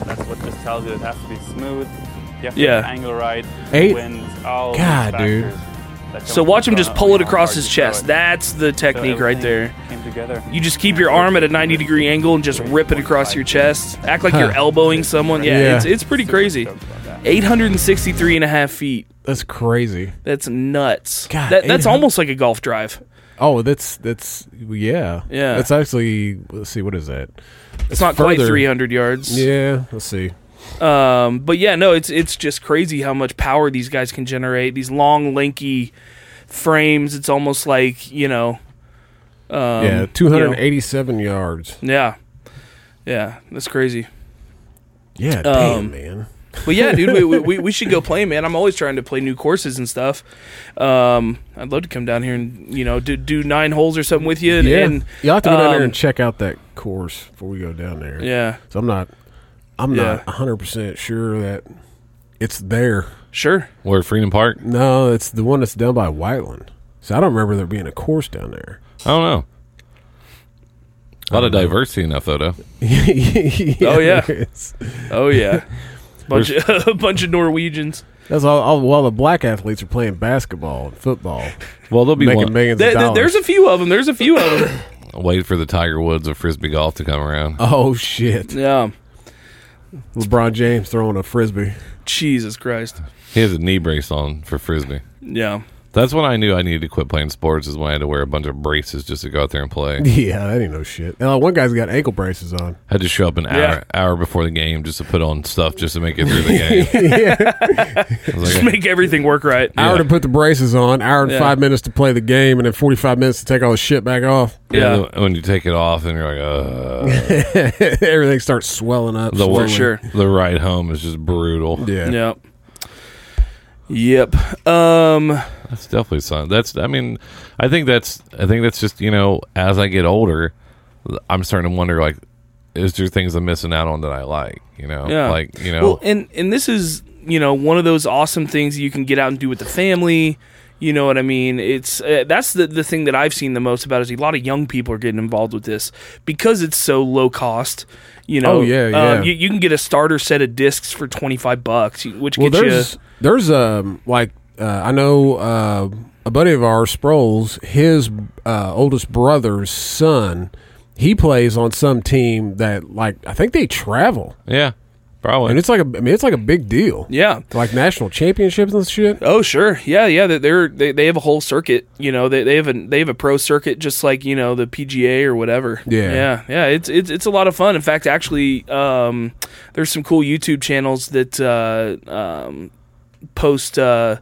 that's what this tells you. It has to be smooth. You have to
Yeah.
get the angle right.
Eight-
Winds, all
God,
these
dude.
factors that
So
come
watch him
into
just
how-
pull it
how
across
hard
his
you throw
chest.
it.
That's the
So
technique right
everything
there.
Came together.
You just keep your arm at a 90 degree angle and just rip it across your chest. Act like you're
Huh.
elbowing someone. Yeah,
Yeah.
It's, it's pretty crazy.
Stoked about that.
863 and a half feet.
That's crazy.
That's nuts.
God,
that, that's
800
almost like a golf drive.
Oh, that's that's yeah.
Yeah.
That's actually let's see what is that?
It's not quite
further.
300 yards.
Yeah, let's see.
Um, but yeah, no, it's it's just crazy how much power these guys can generate. These long, lanky frames. It's almost like you know. Um,
yeah,
you
two
know,
hundred eighty-seven yards.
yeah, yeah, that's crazy.
Yeah,
Um,
damn man.
But yeah, dude, we, we- we, we should go play, man. I'm always trying to play new courses and stuff. Um, I'd love to come down here and you know do, do nine holes or something with you. And,
Yeah,
and-
you'll have to go down there
um,
and check out that course before we go down there.
yeah,
So I'm not, I'm
Yeah.
not 100 percent sure that it's there.
sure.
Where Freedom Park?
No, it's the one that's down by Whiteland. So I don't remember there being a course down there.
I don't know. A lot of diversity in that photo.
Oh, yeah.
there is.
Oh yeah, bunch of, a bunch of Norwegians.
that's all, all. While the black athletes are playing basketball and football,
Well, there'll be
making
one.
millions
There-
of
there-
dollars.
there's a few of them. There's a few of them.
Wait for the Tiger Woods of frisbee golf to come around.
oh shit!
Yeah.
LeBron James throwing a frisbee.
Jesus Christ.
He has a knee brace on for frisbee.
Yeah.
That's when I knew I needed to quit playing sports. Is when I had to wear a bunch of braces just to go out there and play.
Yeah, that ain't no shit. Uh, one guy's got ankle braces on.
had to show up an hour
Yeah.
hour before the game just to put on stuff just to make it through the game. I was
Just
like,
make everything work right.
Yeah.
Hour to put the braces on. Hour and
Yeah.
five minutes to play the game, and then 45 minutes to take all the shit back off.
yeah.
Yeah.
When you take it off and you're like, uh,
Everything starts swelling up.
the
For
wa-
slowly.
sure.
the ride home is just brutal.
Yeah.
Yep. Yep. Um
That's definitely something. That's I mean, I think that's I think that's just you know as I get older, I'm starting to wonder like, is there things I'm missing out on that I like? You know,
Yeah.
like you know,
well and and this is, you know, one of those awesome things you can get out and do with the family. You know what I mean? It's uh, that's the the thing that I've seen the most about is a lot of young people are getting involved with this because it's so low cost. You know,
Oh, yeah, yeah.
Um, you, you can get a starter set of discs for twenty five bucks, which
Well,
gets you
there's there's um like uh, I know uh, a buddy of ours, Sproles, his uh, oldest brother's son, he plays on some team that like I think they travel,
yeah, probably.
and it's like a I mean it's like a big deal,
yeah.
like national championships and shit.
Oh sure, yeah, yeah. they- They're they, they have a whole circuit. You know, they, they have a they have a pro circuit just like you know the PGA or whatever.
Yeah.
yeah, yeah. It's it's it's a lot of fun. In fact, actually, um, there's some cool YouTube channels that uh, um, post uh,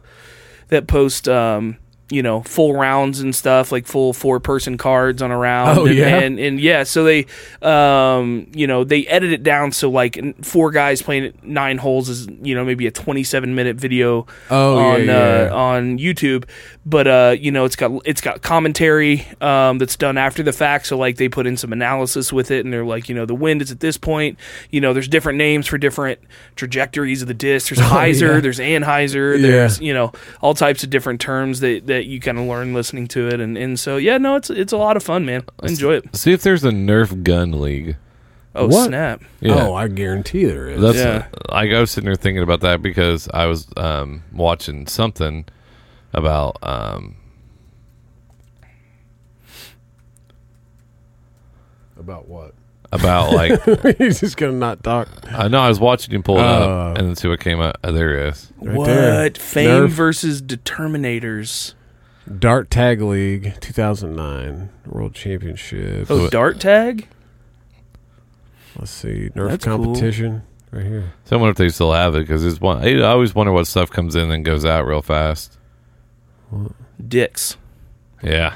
that post um, you know full rounds and stuff like full four person cards on a round.
Oh,
and,
yeah?
and and yeah, so they um, you know they edit it down so like n- four guys playing nine holes is you know maybe a 27 minute video
Oh, yeah,
on
yeah.
Uh, on YouTube, but uh, you know it's got it's got commentary um, that's done after the fact. So like they put in some analysis with it, and they're like, you know, the wind is at this point. You know, there's different names for different trajectories of the disc. There's Heiser,
Oh, yeah.
there's Anheuser,
Yeah.
there's you know all types of different terms that, that you kind of learn listening to it, and, and so yeah, no, it's it's a lot of fun, man. I Enjoy it.
See if there's a Nerf gun league.
Oh
What?
snap!
Yeah.
Oh, I guarantee there is.
That's
Yeah.
like I was sitting there thinking about that because I was um, watching something about um,
About what?
about like
He's just gonna not talk.
I know I was watching him pull it up, and that's who it came up. Oh, there he is.
what?
there.
Fame
Nerf.
versus Determinators.
Dart Tag League 2009 World Championship.
Oh, dart tag?
Let's see. Nerf
That's cool.
competition right here.
So I wonder if they still have it because it's one. I always wonder what stuff comes in and goes out real fast.
Dicks.
Yeah,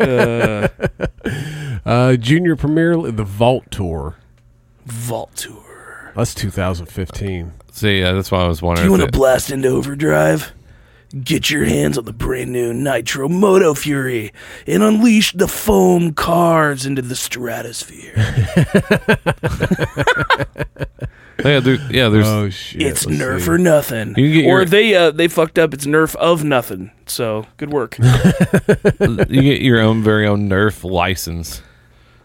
Uh,
Uh, Junior Premier League, the Vault Tour.
Vault tour.
That's 2015.
see, yeah, that's why I was
Do
wondering.
you
if
want to
it-
blast into overdrive? Get your hands on the brand new Nitro Moto Fury and unleash the foam cars into the stratosphere.
yeah, there, yeah, there's
Oh shit!
it's
let's
Nerf
see.
or nothing.
You can get
or
your-
they uh, they fucked up. It's Nerf of nothing. So good work.
you get your own very own Nerf license.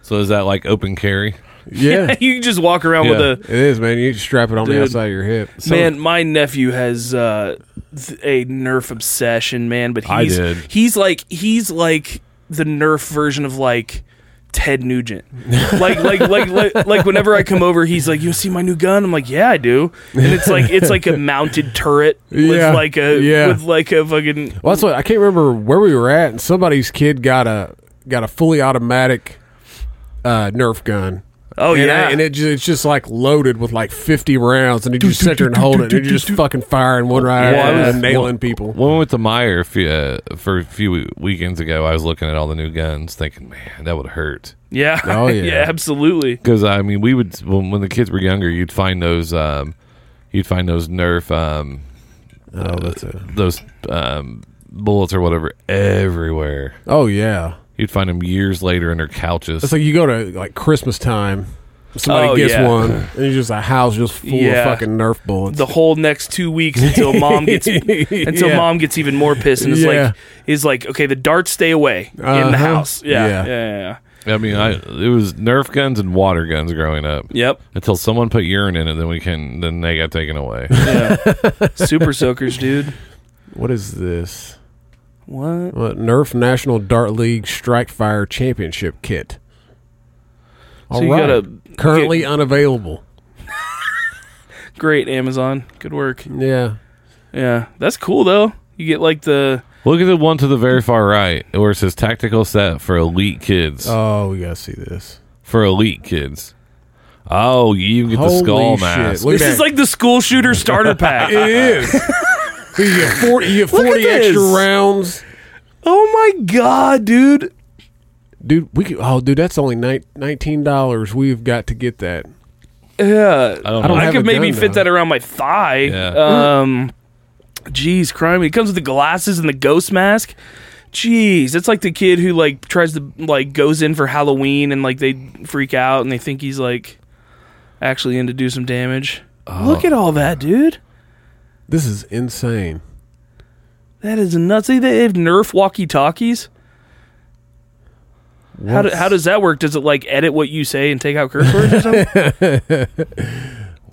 So is that like open carry?
Yeah,
you can just walk around
Yeah.
with a
it is, man. You strap it on the
Dude.
outside of your hip.
man. My nephew has uh, th- a Nerf obsession, man. But he's
I did.
he's like he's like the Nerf version of like. Ted Nugent, like, like, like, like, like, whenever I come over, he's like, "You see my new gun?" I'm like, "Yeah, I do." And it's like, it's like a mounted turret with
Yeah.
like a,
Yeah.
with like a fucking
Well, that's what I can't remember where we were at, and somebody's kid got a got a fully automatic uh, Nerf gun.
oh
and
yeah,
I- and it ju- it's just like loaded with like 50 rounds, and you just sit there and hold it, and you're just fucking firing one right
Well, I
after
was-
and nailing
Well,
people.
When we went to Meyer a few, uh, for a few weekends ago, I was looking at all the new guns, thinking, man, that would hurt.
yeah,
Oh, yeah.
yeah, absolutely.
Because I mean, we would when, when the kids were younger, you'd find those, um, you'd find those Nerf, um,
Oh, that's it.
those um, bullets or whatever everywhere.
Oh yeah,
You'd find them years later in their couches.
it's like you go to like Christmas time. Somebody
Oh,
gets
yeah.
one, and you just a house just full
Yeah.
of fucking Nerf bullets.
the whole next two weeks until mom gets until
Yeah.
mom gets even more pissed and is
Yeah.
like is like okay the darts stay away in
Uh-huh.
the house yeah
Yeah.
yeah, yeah, yeah.
I mean, I it was Nerf guns and water guns growing up
yep
until someone put urine in it. Then we can then they got taken away.
super soakers dude
what is this?
what
What, Nerf National Dart League Strike Fire Championship Kit. All
you
right.
gotta-
currently
you
unavailable.
great Amazon good work
Yeah,
yeah that's cool though you get like the
Look at the one to the very far right where it says tactical set for elite kids.
Oh, we gotta see this.
for elite kids. Oh, you even get the
Holy
skull
shit.
mask.
Look
this
at
is
that.
like the school shooter starter pack
It is. So you get forty, you get
Look at
40 extra
this.
rounds,
oh my god dude
dude. We could, oh, dude, that's only nine- nineteen dollars. We've got to get that.
I
yeah
don't
I
know.
don't
I
have
could
a
maybe
gun,
fit
though.
that around my thigh.
Yeah.
Um, jeez, crime. It comes with the glasses and the ghost mask. Jeez, it's like the kid who like tries to like goes in for Halloween and like they freak out and they think he's like actually in to do some damage.
Oh.
Look at all that, dude.
This is insane.
That is nuts. They they have Nerf walkie talkies. How, do, how does that work? Does it like edit what you say and take out curse words or something?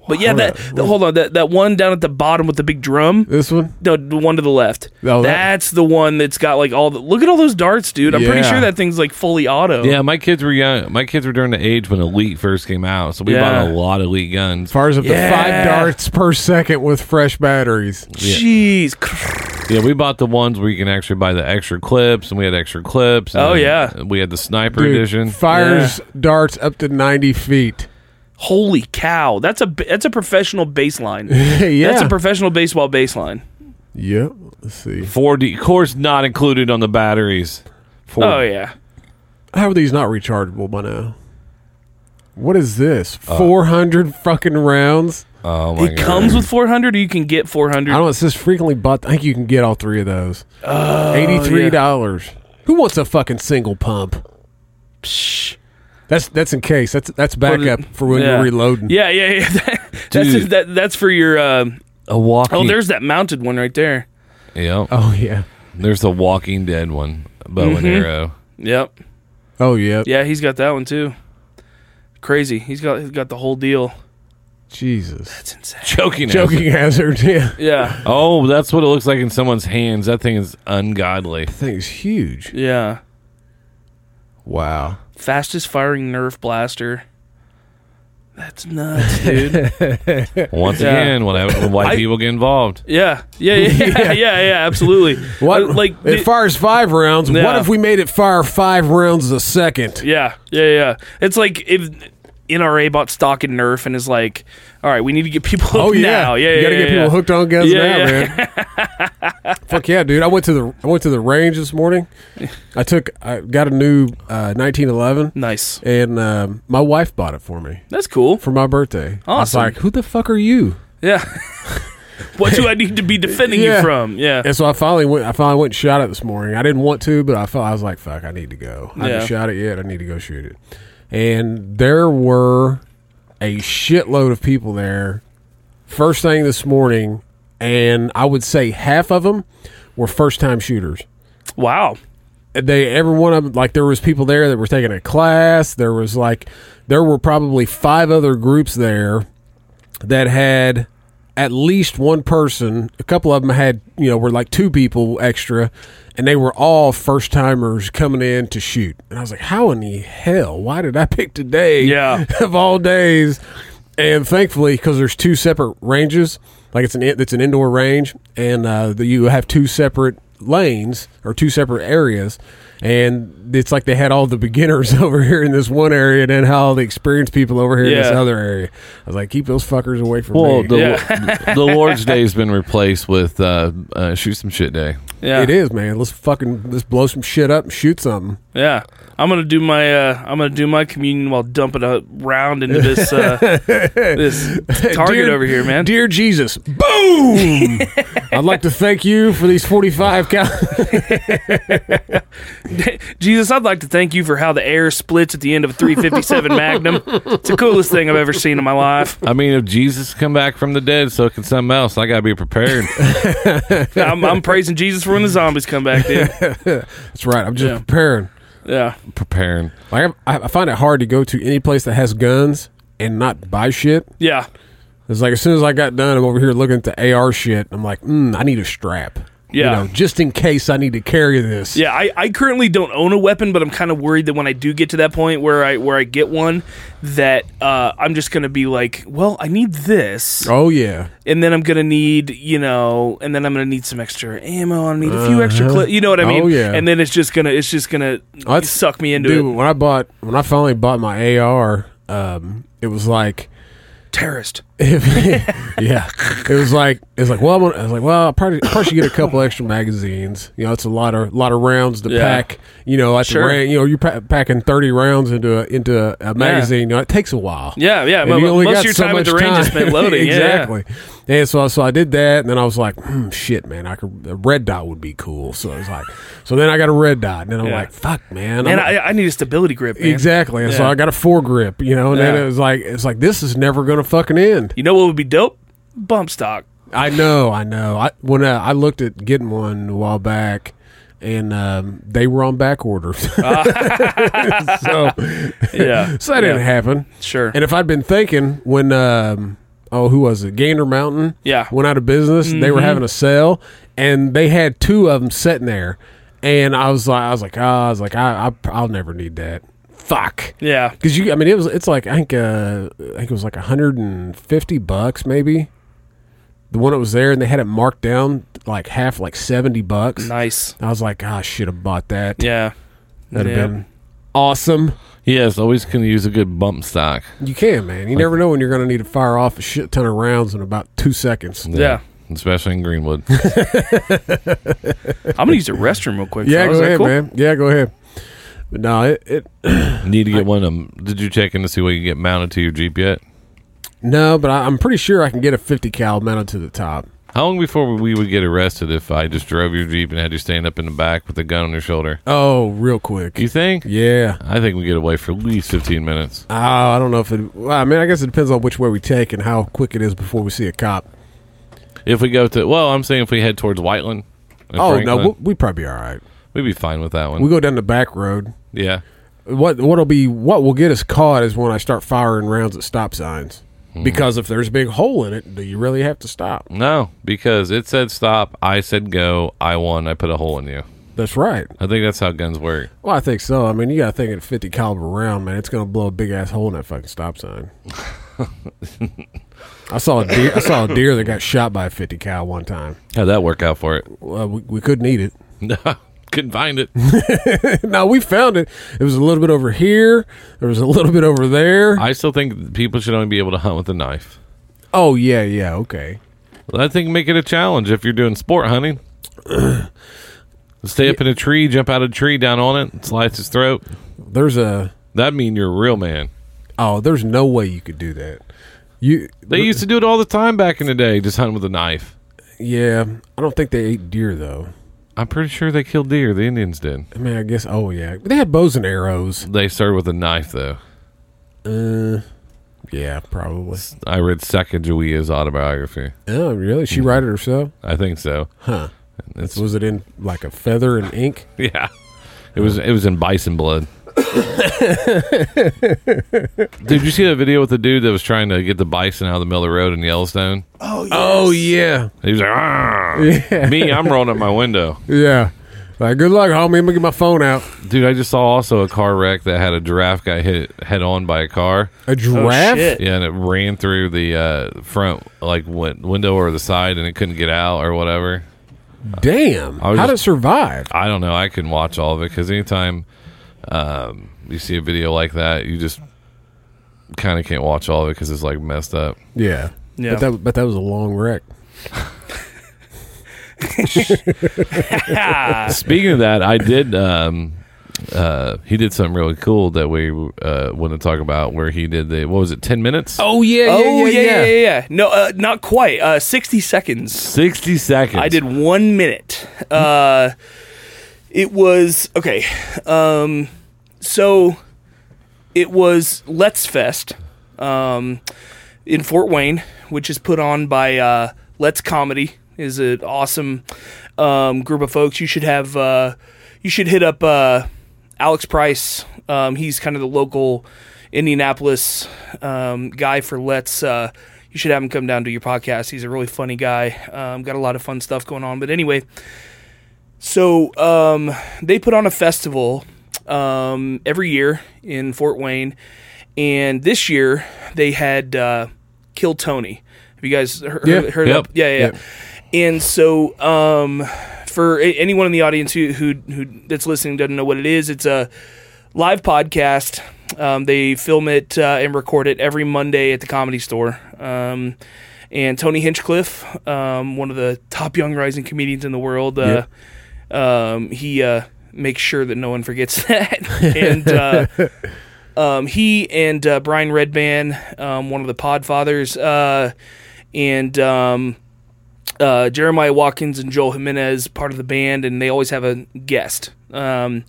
but yeah, that, the- hold on that that one down at the bottom with the big drum.
This one,
No, the one to the left.
Oh, that-
that's the one that's got like all the look at all those darts, dude. I'm pretty
Yeah.
sure that thing's like fully auto.
Yeah, my kids were young. My kids were during the age when Elite first came out, so we
Yeah.
bought a lot of Elite guns.
as far as up to
Yeah.
five darts per second with fresh batteries.
Jeez.
Yeah, we bought the ones where you can actually buy the extra clips, and we had extra clips. and
Oh, yeah.
we had the sniper
Dude,
edition.
fires darts up to ninety feet.
Holy cow. That's a that's a professional baseline.
yeah,
That's a professional baseball baseline.
yep. Let's see.
4D, of course, not included on the batteries. Four-
Oh yeah.
How are these not rechargeable by now? What is this?
Uh,
Four hundred fucking rounds.
oh my
It
god,
comes with 400 or you can get 400.
I don't. know, It says frequently bought. I think you can get all three of those.
Oh,
Eighty-three dollars. Who wants a fucking single pump?
Psh.
That's that's in case. That's that's
What is-
backup for when
Yeah.
you're reloading.
Yeah, yeah, yeah. That- that's
Dude.
that, that's for your. um
a walking.
oh, there's that mounted one right there.
yeah.
Oh yeah.
There's the Walking Dead one, bow
Mm-hmm.
and arrow.
Yep.
Oh yeah.
Yeah, he's got that one too. Crazy. He's got he's got the whole deal.
Jesus.
That's insane.
Choking. hazard.
Joking hazard. Yeah.
Yeah,
Oh, that's what it looks like in someone's hands. That thing is ungodly.
That thing's huge.
yeah.
Wow.
Fastest firing Nerf blaster. That's nuts, dude.
Once
Yeah.
again, what happened when white
I-
people get involved?
yeah, yeah, yeah, yeah, yeah, yeah, absolutely.
What
Uh, like
it
the-
fires five rounds. What
Yeah.
if we made it fire five rounds a second?
Yeah, yeah, yeah. It's like if NRA bought stock in Nerf and is like, all right, we need to get people.
Oh
hooked
yeah,
now. yeah,
You
yeah,
gotta
yeah,
get people
yeah.
hooked on guns now,
Yeah,
man. Fuck yeah, dude! I went to the I went to the range this morning. I took I got a new uh, 1911,
Nice.
and um, my wife bought it for me
That's cool.
for my birthday. I was
Awesome.
like, who the fuck are you?
Yeah. what do I need to be defending
Yeah.
you from? Yeah.
And so I finally went. I finally went and shot it this morning. I didn't want to, but I felt I was like, "Fuck, I need to go." I
Yeah.
haven't shot it yet. I need to go shoot it. And there were a shitload of people there. First thing this morning, and I would say half of them were first time shooters.
Wow.
They every one of them like there was people there that were taking a class. There was like there were probably five other groups there that had at least one person. A couple of them had, you know, were like two people extra, and they were all first timers coming in to shoot. And I was like, how in the hell? Why did I pick today
Yeah.
of all days? And thankfully, because there's two separate ranges, like it's an in- it's an indoor range, and uh, the, you have two separate lanes or two separate areas, and it's like they had all the beginners over here in this one area, and then had all the experienced people over here in this
Yeah.
other area. I was like, keep those fuckers away from
Well,
me.
the, the Lord's Day has been replaced with uh, uh, shoot some shit day.
Yeah.
It is, man. Let's fucking let's blow some shit up and shoot something.
Yeah. I'm gonna do my uh, I'm gonna do my communion while dumping a round into this uh, this target
Dear-
over here, man.
Dear Jesus, boom! I'd like to thank you for these forty-five cal.
Jesus, I'd like to thank you for how the air splits at the end of a 357 Magnum. It's the coolest thing I've ever seen in my life.
I mean, if Jesus come back from the dead, so can something else. I gotta be prepared.
I'm, I'm praising Jesus for when the zombies come back, dude.
That's right. I'm just
Yeah.
preparing.
Yeah.
preparing.
Like I, I find it hard to go to any place that has guns and not buy shit.
Yeah.
It's like as soon as I got done, I'm over here looking at the AR shit. I'm like, mm, I need a strap.
Yeah.
You know, just in case I need to carry this.
Yeah, I, I currently don't own a weapon, but I'm kind of worried that when I do get to that point where I where I get one, that uh, I'm just gonna be like, well, I need this,
Oh yeah.
and then I'm gonna need you know, and then I'm gonna need some extra ammo. I need a few extra
Uh-huh.
clips, you know what I mean?
Oh, yeah.
And then it's just gonna it's just gonna
That's-
suck me into
Dude,
it.
when I bought when I finally bought my AR, um, it was like
Terrorist.
yeah, it was like it was like well, I'm gonna, I was like well, I probably I probably should get a couple extra magazines. You know, it's a lot of lot of rounds to
Yeah.
pack. You know, at the
Sure.
ran- you know, you're pa- packing thirty rounds into a, into a, a magazine. You know, it takes a while.
Yeah, yeah.
And
mo-
you only
most
got
of your
so
time at the
much
range is
time.
spent loading. yeah,
exactly. And so, so I did that, and then I was like, hmm, shit, man, I could a red dot would be cool. So I was like, so then I got a red dot, and then I'm
Yeah.
like, fuck, man,
Yeah.
I'm-
Man, I, I need a stability grip. Man.
exactly. And so
Yeah.
I got a foregrip, you know, and then
Yeah.
it was like, it's like this is never gonna fucking end.
You know what would be dope? Bump stock.
I know, I know. I when uh, I looked at getting one a while back, and um, they were on back order, so
Yeah.
so that didn't
Yeah.
happen.
Sure.
And if I'd been thinking when, um, oh, who was it? Gander Mountain.
Yeah. Mm-hmm.
Went out of business. They were having a sale, and they had two of them sitting there. And I was like, I was like, ah, I was like, I, I, I'll never need that. Fuck.
yeah.
Because you, I mean, it was. It's like I think, uh, I think it was like hundred and fifty bucks, maybe. The one that was there, and they had it marked down like half, like seventy bucks.
Nice.
I was like, ah, I should have bought that.
Yeah.
That'd
Yeah.
have been awesome.
Yes, always can use a good bump stock.
You can, man. You never know when you're going to need to fire off a shit ton of rounds in about two seconds.
Yeah.
especially in Greenwood.
I'm gonna use the restroom real quick.
Yeah,
fellas.
go
Is that
ahead,
cool?
man. Yeah, go ahead. But no, it, it
Need to get one of them. Did you check in to see what you can get mounted to your Jeep yet?
no, but I, I'm pretty sure I can get a 50 cal mounted to the top.
How long before we would get arrested if I just drove your Jeep and had you stand up in the back with a gun on your shoulder?
Oh, real quick.
You think?
Yeah.
I think we get away for at least 15 minutes.
Oh, I don't know if it. Well, I mean, I guess it depends on which way we take and how quick it is before we see a cop.
If we go to, well, I'm saying if we head towards Whiteland. and
Oh no,
Franklin, Hmm.
we'll, we probably all right.
we'd be fine with that one.
We go down the back road.
yeah.
What what'll be what will get us caught is when I start firing rounds at stop signs. Because if there's a big hole in it, do you really have to stop?
No, because it said stop. I said go. I won. I put a hole in you.
That's right.
I think that's how guns work.
Well, I think so. I mean, you got to think at 50 caliber round, man, it's going to blow a big ass hole in that fucking stop sign. I saw a deer. I saw a deer that got shot by a 50 cal one time.
How'd that work out for it?
Well, we, we couldn't eat it.
No, couldn't find it.
no, we found it. It was a little bit over here. There was a little bit over there.
I still think people should only be able to hunt with a knife.
oh yeah, yeah, okay.
I think make it a challenge if you're doing sport hunting. Stay up in a tree, jump out of a tree, down on it, slice his throat.
There's a
That mean you're a real man.
oh, there's no way you could do that. You
They used to do it all the time back in the day, just hunting with a knife.
yeah. I don't think they ate deer though.
I'm pretty sure they killed deer. The Indians did.
I mean, I guess. Oh yeah, they had bows and arrows.
They started with a knife, though.
Uh, yeah, probably.
I read Sacagawea's autobiography.
Oh really?
Mm-hmm.
She write it herself?
I think so.
Huh.
It's,
Was it in like a feather and ink?
yeah, it was it was in bison blood. Did you see that video with the dude that was trying to get the bison out of the middle of the road in Yellowstone?
Oh yeah,
He was like, "Arr." "Me, I'm rolling up my window."
yeah. Like good luck, homie. I'm gonna get my phone out.
Dude, I just saw also a car wreck that had a giraffe guy hit head on by a car.
A giraffe.
Oh, shit.
Yeah, and it ran through the uh, front like win- window or the side, and it couldn't get out or whatever.
Damn.
was
How did it
just-
survive?
I don't know. I couldn't watch all of it because anytime um, you see a video like that, you just kind of can't watch all of it because it's like messed up.
Yeah.
Yeah.
But that, but that was a long wreck.
Ah,
Speaking of that, I did. Um, uh, he did something really cool that we uh, want to talk about. Where he did the what was it, ten minutes?
Oh yeah,
oh yeah, yeah, yeah, yeah. No, uh, not quite. Uh, Sixty seconds.
60 seconds.
I did one minute. Uh, it was okay. Um, so it was Let's Fest um, in Fort Wayne, which is put on by uh, Let's Comedy. is an awesome um, group of folks. You should have uh, you should hit up uh, Alex Price. Um, he's kind of the local Indianapolis um, guy for Let's. Uh, you should have him come down to your podcast. He's a really funny guy. Um, got a lot of fun stuff going on. But anyway, so um, they put on a festival um, every year in Fort Wayne, and this year they had uh, Kill Tony. Have you guys he- heard,
Yeah.
heard
Yep.
of? Yeah, yeah. yeah.
Yep.
And so, um, for a- anyone in the audience who, who who that's listening doesn't know what it is, it's a live podcast. Um, they film it uh, and record it every Monday at the Comedy Store. Um, and Tony Hinchcliffe, um, one of the top young rising comedians in the world, uh, um, he uh, makes sure that no one forgets that. and uh, um, he and uh, Brian Redman, um, one of the Podfathers, uh, and um, uh, Jeremiah Watkins and Joel Jimenez, part of the band, and they always have a guest. Um,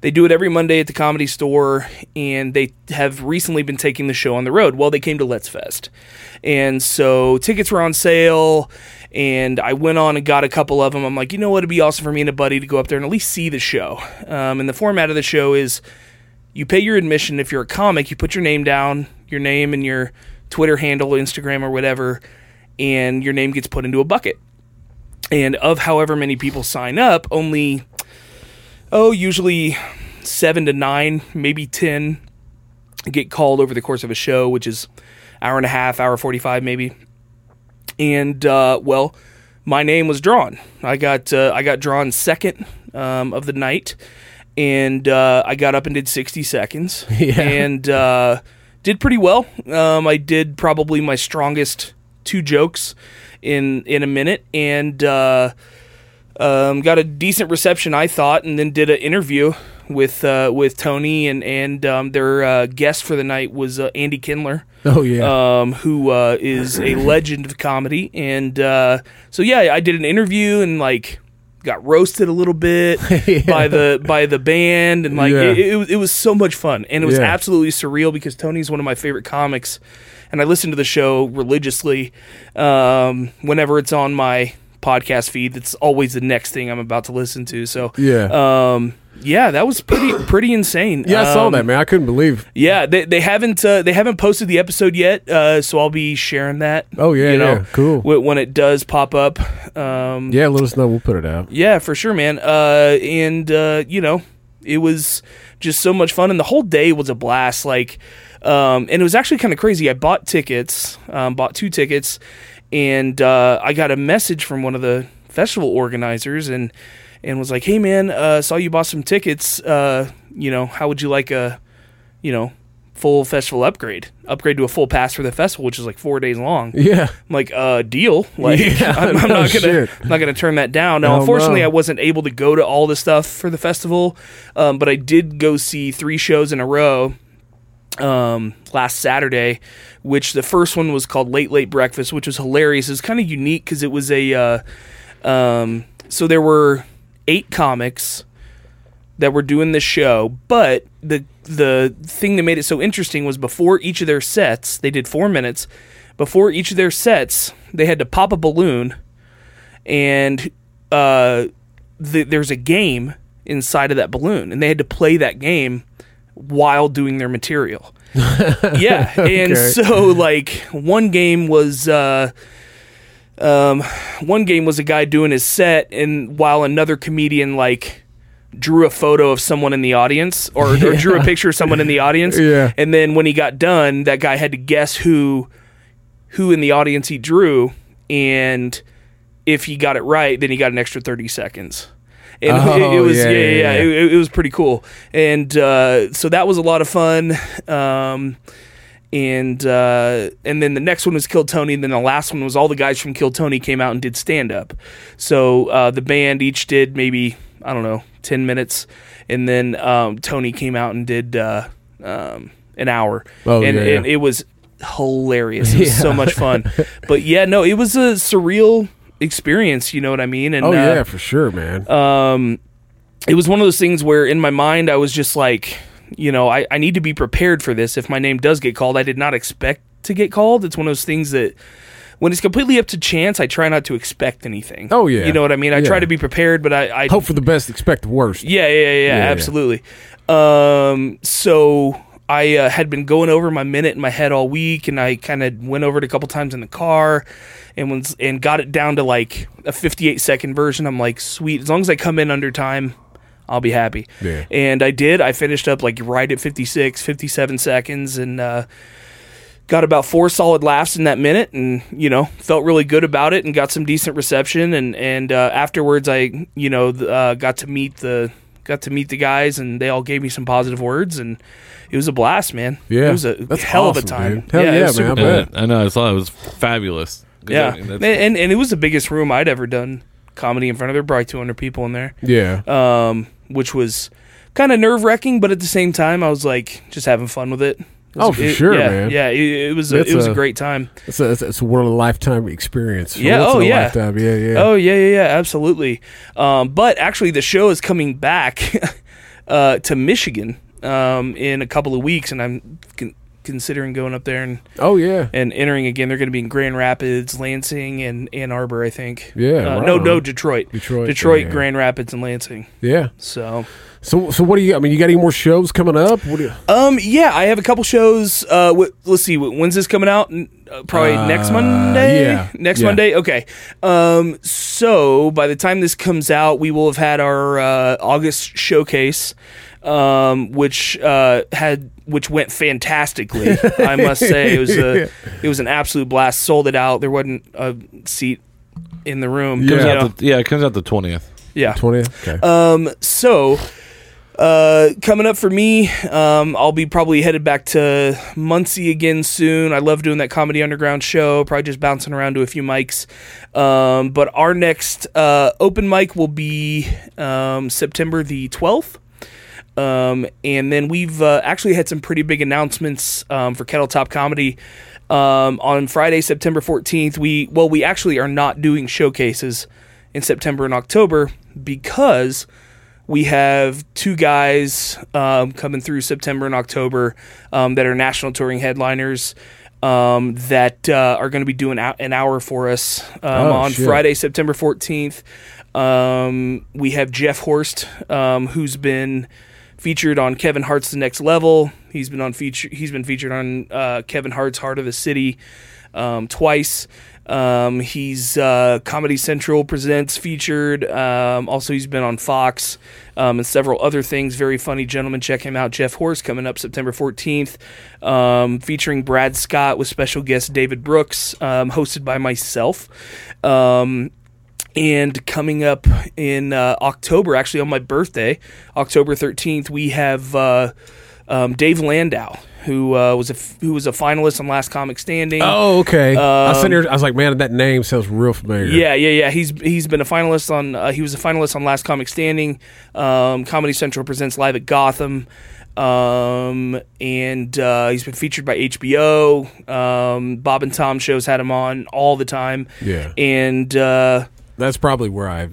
they do it every Monday at the Comedy Store, and they have recently been taking the show on the road. Well, they came to Let's Fest, and so tickets were on sale, and I went on and got a couple of them. I'm like, you know what? It'd be awesome for me and a buddy to go up there and at least see the show. Um, and the format of the show is you pay your admission if you're a comic you put your name down your name and your twitter handle instagram or whatever and your name gets put into a bucket and of however many people sign up only oh usually seven to nine maybe ten get called over the course of a show which is hour and a half hour 45 maybe and uh, well, my name was drawn. I got uh, I got drawn second um, of the night, and uh, I got up and did sixty seconds, and uh, did pretty well. Um, I did probably my strongest two jokes in in a minute, and. Uh, um, got a decent reception, I thought, and then did an interview with uh, with Tony and and um, their uh, guest for the night was uh, Andy Kindler
Oh yeah.
um, who uh, is a legend of comedy. And uh, so, yeah, I did an interview and like got roasted a little bit by the by the band, and like
Yeah.
it, it, was- it was so much fun, and it was
Yeah.
absolutely surreal because Tony's one of my favorite comics, and I listen to the show religiously um, whenever it's on my podcast feed. That's always the next thing I'm about to listen to. So
yeah.
um, Yeah, that was pretty pretty insane.
Yeah, I saw
Um,
that, man. I couldn't believe.
Yeah, they, they haven't uh, they haven't posted the episode yet, uh, so I'll be sharing that.
Oh, yeah,
you know,
yeah, cool.
wh- when it does pop up. Um,
Yeah, let us know. We'll put it out.
yeah, for sure, man. Uh, and uh, you know, it was just so much fun, and the whole day was a blast. Like, um, and it was actually kind of crazy. I bought tickets, um, bought two tickets, and uh, I got a message from one of the festival organizers, and and was like, "Hey, man, uh, saw you bought some tickets. Uh, you know, how would you like a, you know." Full festival upgrade, upgrade to a full pass for the festival, which is like four days long.
Yeah.
I'm like, uh, deal. Like,
Yeah,
I'm, I'm
no
not gonna,
shit.
I'm not gonna turn that down. Now,
No,
unfortunately,
no.
I wasn't able to go to all the stuff for the festival, um, but I did go see three shows in a row um, last Saturday, which the first one was called Late Late Breakfast, which was hilarious. It's kind of unique because it was a, uh, um, so there were eight comics that were doing this show, but the the thing that made it so interesting was before each of their sets, they did four minutes. Before each of their sets, they had to pop a balloon, and uh, th- there's a game inside of that balloon, and they had to play that game while doing their material. yeah, and
Okay.
so like one game was. Uh, um, one game was a guy doing his set, and while another comedian like drew a photo of someone in the audience or, or drew a picture of someone in the audience.
Yeah.
And then when he got done, that guy had to guess who who in the audience he drew, and if he got it right, then he got an extra thirty seconds. And
Oh,
it, it was
yeah,
yeah, yeah,
yeah, yeah.
It, it- it was pretty cool, and uh, so that was a lot of fun. Um, and uh, and then the next one was Kill Tony, and then the last one was all the guys from Kill Tony came out and did stand up. So uh, the band each did maybe I don't know ten minutes, and then um, Tony came out and did uh, um, an hour.
Oh,
and,
yeah, yeah.
and it was hilarious. It was so much fun. but yeah, no, it was a surreal experience. You know what I mean? And
Oh
uh,
yeah, for sure, man.
it was one of those things where in my mind I was just like, you know, I, I need to be prepared for this. If my name does get called, I did not expect to get called. It's one of those things that when it's completely up to chance, I try not to expect anything.
Oh, yeah.
You know what I mean? I
Yeah.
try to be prepared, but I, I
Hope for the best, expect the worst.
yeah, yeah, yeah,
yeah.
absolutely. Um, so I uh, had been going over my minute in my head all week, and I kind of went over it a couple times in the car, and was, and got it down to like a 58 second version. I'm like, sweet, as long as I come in under time. I'll be happy.
Yeah.
And I did. I finished up like right at 56, 57 seconds and uh, got about four solid laughs in that minute and you know felt really good about it and got some decent reception and and uh, afterwards i you know th- uh, got to meet the got to meet the guys and they all gave me some positive words and it was a blast man
Yeah.
it was a
That's
hell of
awesome,
a time
dude. Hell
it
yeah,
was super
man.
cool.
bet.
I know. I saw it was fabulous. 'Cause
yeah
I mean, that's-
and, and and it was the biggest room i'd ever done comedy in front of there were probably 200 people in there
Yeah.
um, which was kind of nerve wracking, but at the same time, I was like just having fun with it. It was-
Oh, for
it-
sure,
yeah,
man.
Yeah, it, it was a,
That's
it was
a-
a great time.
It's a, it's a- it's a one in a lifetime experience.
Yeah,
Once
oh,
in a
yeah.
Lifetime. Yeah. Yeah.
Oh yeah, yeah, yeah, absolutely. Um, but actually, the show is coming back uh, to Michigan um, in a couple of weeks, and I'm con- considering going up there and,
Oh, yeah.
and entering again. They're going to be in Grand Rapids, Lansing, and Ann Arbor, I think.
Yeah,
Uh,
right
no,
on.
no, Detroit,
Detroit,
Detroit,
yeah.
Grand Rapids, and Lansing.
Yeah.
So
So so what do you? I mean, you got any more shows coming up? What do you,
Um, yeah, I have a couple shows. Uh, wh- let's see, wh- when's this coming out? N- uh, Probably
Uh,
next Monday.
yeah,
next
yeah.
Monday. Okay. Um, so by the time this comes out, we will have had our uh, August showcase, um, which uh, had which went fantastically. I must say, it was a it was an absolute blast. Sold it out. There wasn't a seat in the room.
Comes
you
out
know?
the- yeah, it comes out the twentieth.
yeah.
Twenty. Okay.
Um, so, uh, coming up for me, um, I'll be probably headed back to Muncie again soon. I love doing that Comedy Underground show, probably just bouncing around to a few mics. Um, but our next uh, open mic will be um, September the 12th. Um, and then we've uh, actually had some pretty big announcements um, for Kettle Top Comedy. Um, on Friday, September 14th, we, well, we actually are not doing showcases in September and October because we have two guys um, coming through September and October um, that are national touring headliners um, that uh, are going to be doing ou- an hour for us um,
Oh,
on
shit.
Friday, September 14th. Um, we have Jeff Horst, um, who's been featured on Kevin Hart's The Next Level. He's been on feature. He's been featured on uh, Kevin Hart's Heart of the City um, twice. Um, he's uh, Comedy Central presents featured. Um, also, he's been on Fox um, and several other things. Very funny gentleman. Check him out. Jeff Horst coming up September 14th, um, featuring Brad Scott with special guest David Brooks, um, hosted by myself. Um, and coming up in uh, October, actually on my birthday, October 13th, we have uh, um, Dave Landau, who uh, was a f- who was a finalist on Last Comic Standing.
Oh, okay. I sitting here. I was like, man, that name sounds real familiar.
um, Yeah, yeah, yeah. He's he's been a finalist on uh, he was a finalist on Last Comic Standing. Um, Comedy Central presents Live at Gotham, um, and uh, he's been featured by HBO. Um, Bob and Tom shows had him on all the time.
Yeah.
and uh,
that's probably where I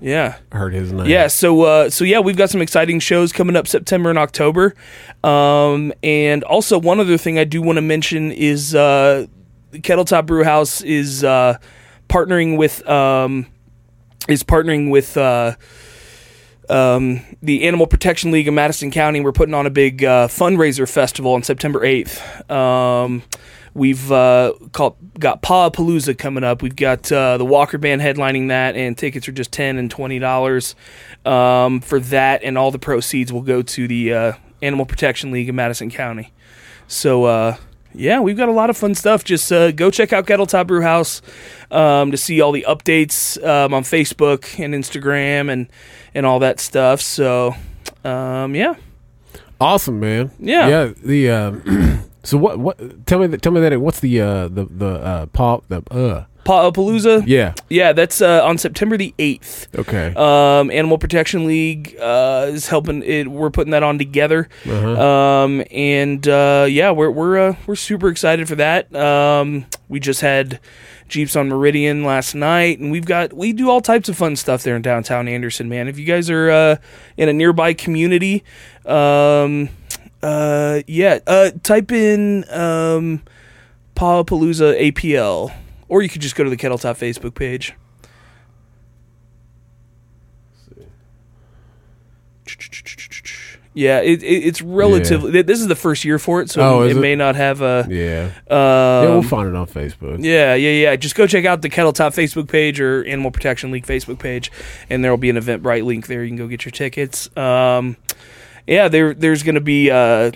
yeah.
heard his name.
Yeah, so uh, so yeah, we've got some exciting shows coming up September and October, um, and also one other thing I do want to mention is uh, Kettle Top Brew House is uh, partnering with um, is partnering with uh, um, the Animal Protection League of Madison County. We're putting on a big uh, fundraiser festival on September eighth. Um, we've uh, called, got Paw Palooza coming up. We've got uh, the Walker Band headlining that, and tickets are just ten and twenty dollars um, for that, and all the proceeds will go to the uh, Animal Protection League of Madison County. So. Uh, yeah, we've got a lot of fun stuff. Just uh, go check out Kettle Top Brew House um, to see all the updates um, on Facebook and Instagram and and all that stuff. So, um, yeah,
Awesome, man.
Yeah.
Yeah. The uh, so what? What? Tell me that. Tell me that. What's the uh, the the uh, pop the uh?
Palooza.
Yeah.
yeah, that's uh, on September the eighth.
Okay.
Um, Animal Protection League uh, is helping. It, we're putting that on together,
Uh-huh.
um, and uh, yeah, we're we're uh, we're super excited for that. Um, we just had Jeeps on Meridian last night, and we've got we do all types of fun stuff there in downtown Anderson, man. If you guys are uh, in a nearby community, um, uh, yeah, uh, type in um, Palooza APL, or you could just go to the Kettle Top Facebook page. Yeah, it, it, it's relatively. th This is the first year for it, so
Oh,
it,
is it?
may not have a.
yeah. yeah.
Um,
We'll find it on Facebook.
yeah, yeah, yeah. Just go check out the Kettle Top Facebook page or Animal Protection League Facebook page, and there will be an Eventbrite link there. You can go get your tickets. Um, yeah, there there's going to be uh, a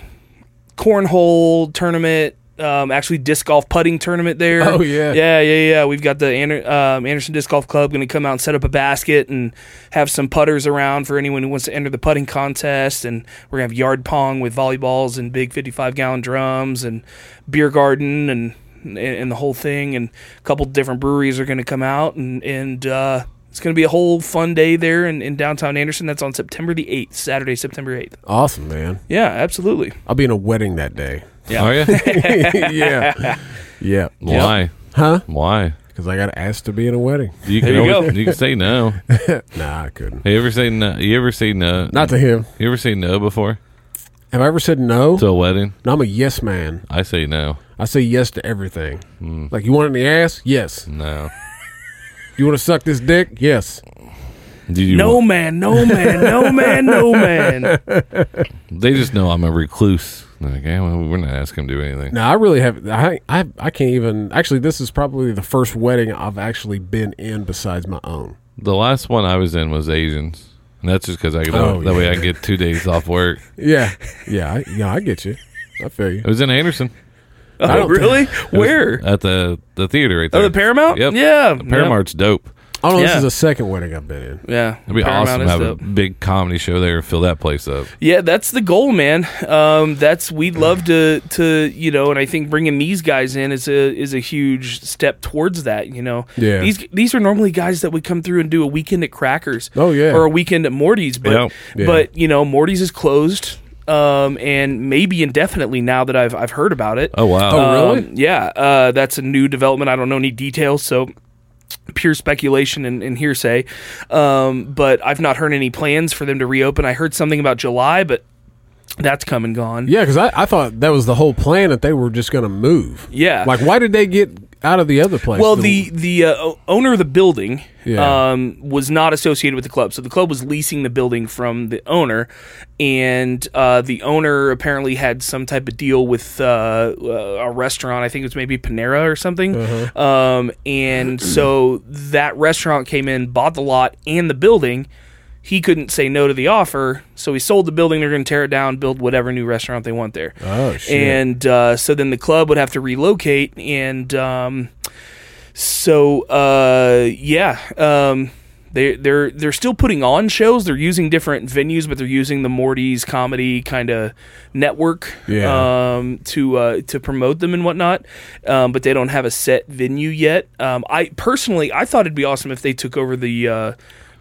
cornhole tournament, um, actually disc golf putting tournament there.
Oh, yeah.
yeah, yeah, yeah. We've got the Ander- um, Anderson Disc Golf Club going to come out and set up a basket and have some putters around for anyone who wants to enter the putting contest. And we're gonna have yard pong with volleyballs and big 55 gallon drums and beer garden and and, and the whole thing. And a couple different breweries are going to come out and and. Uh, it's going to be a whole fun day there in, in downtown Anderson. That's on September the 8th, Saturday, September 8th.
Awesome, man.
Yeah, absolutely.
I'll be in a wedding that day.
Yeah. Are you?
yeah. Yeah.
Why?
Huh?
Why?
Because I got asked to be in a wedding.
You can
There you
always-
go.
you can say no.
Nah, I couldn't.
You ever say no? You ever say no?
Not to him.
You ever say no before
Have I ever said no?
to a wedding?
no, I'm a yes man.
I say no.
I say yes to everything. Like, you want it in the ass? Yes.
No.
You want to suck this dick? Yes.
Do you?
No man, no man, no man, no man.
They just know I'm a recluse. They're Like, yeah, well, we're not asking them to do anything.
No, I really have. I, I I can't even. Actually, this is probably the first wedding I've actually been in besides my own.
The last one I was in was Asians, and that's just because I could,
Oh,
that way
yeah.
I can get two days off work.
Yeah, yeah, I, yeah. I get you. I feel you.
It was in Anderson.
Oh,
don't
really?
It was
Where?
At the the theater right
Oh,
there.
the Paramount?
Yep.
Yeah.
The Paramount's dope.
Oh no, this
Yeah.
is the second wedding I've been in.
Yeah.
It'd be
Paramount
awesome
is
to have
dope.
a big comedy show there and fill that place up.
Yeah, that's the goal, man. Um, that's we'd love to to you know, and I think bringing these guys in is a is a huge step towards that. You know,
Yeah.
These these are normally guys that would come through and do a weekend at Crackers.
Oh, yeah.
or a weekend at Morty's, but
Yeah.
Yeah.
but you know, Morty's is closed. Um, and maybe indefinitely now that I've I've heard about it.
Oh wow!
Oh, really?
Um, yeah, uh, that's a new development. I don't know any details, so pure speculation and, and hearsay. Um, but I've not heard any plans for them to reopen. I heard something about July, but that's come and gone.
Yeah, because I, I thought that was the whole plan that they were just going to move.
Yeah.
Like, why did they get out of the other place.
Well, the the uh, o- owner of the building
Yeah.
um, was not associated with the club, so the club was leasing the building from the owner, and uh, the owner apparently had some type of deal with uh, uh, a restaurant. I think it was maybe Panera or something.
Uh-huh.
Um, and so that restaurant came in, bought the lot and the building. He couldn't say no to the offer, so he sold the building. They're going to tear it down, build whatever new restaurant they want there.
Oh, shit.
And uh, so then the club would have to relocate, and um, so uh, yeah, um, they they're they're still putting on shows. They're using different venues, but they're using the Morty's comedy kind of network
Yeah.
um, to uh, to promote them and whatnot. Um, but they don't have a set venue yet. Um, I personally, I thought it'd be awesome if they took over the. Uh,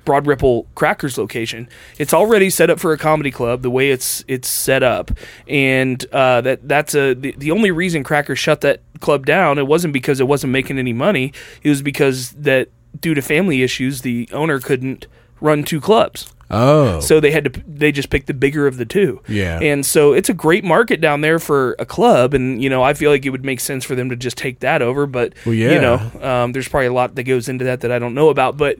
Broad Ripple Crackers location. It's already set up for a comedy club the way it's it's set up, and uh, that that's a the, the only reason Crackers shut that club down. It wasn't because it wasn't making any money. It was because that due to family issues, the owner couldn't run two clubs.
oh,
So they had to they just picked the bigger of the two.
Yeah.
And so it's a great market down there for a club and you know, I feel like it would make sense for them to just take that over, but
Well, yeah.
you know, um, there's probably a lot that goes into that that I don't know about, but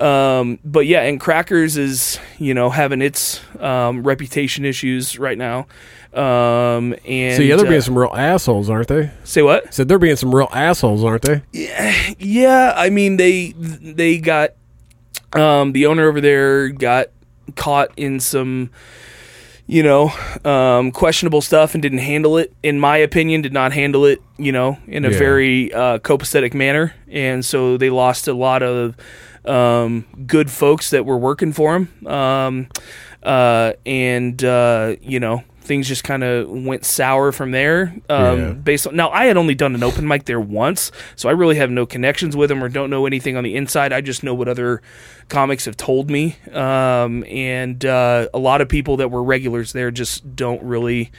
um but yeah, and Crackers is, you know, having its um reputation issues right now. Um and
see, yeah, they're
uh,
being some real assholes, aren't they?
say what?
Said they're being some real assholes, aren't they?
Yeah, I mean they they got um, the owner over there got caught in some you know um, questionable stuff and didn't handle it. In my opinion, did not handle it you know in a
Yeah.
very uh, copacetic manner, and so they lost a lot of um, good folks that were working for him. Um, uh, and uh, you know things just kind of went sour from there. Um,
Yeah.
based on now i had only done an open mic there once so i really have no connections with them or don't know anything on the inside i just know what other comics have told me um, and uh, a lot of people that were regulars there just don't really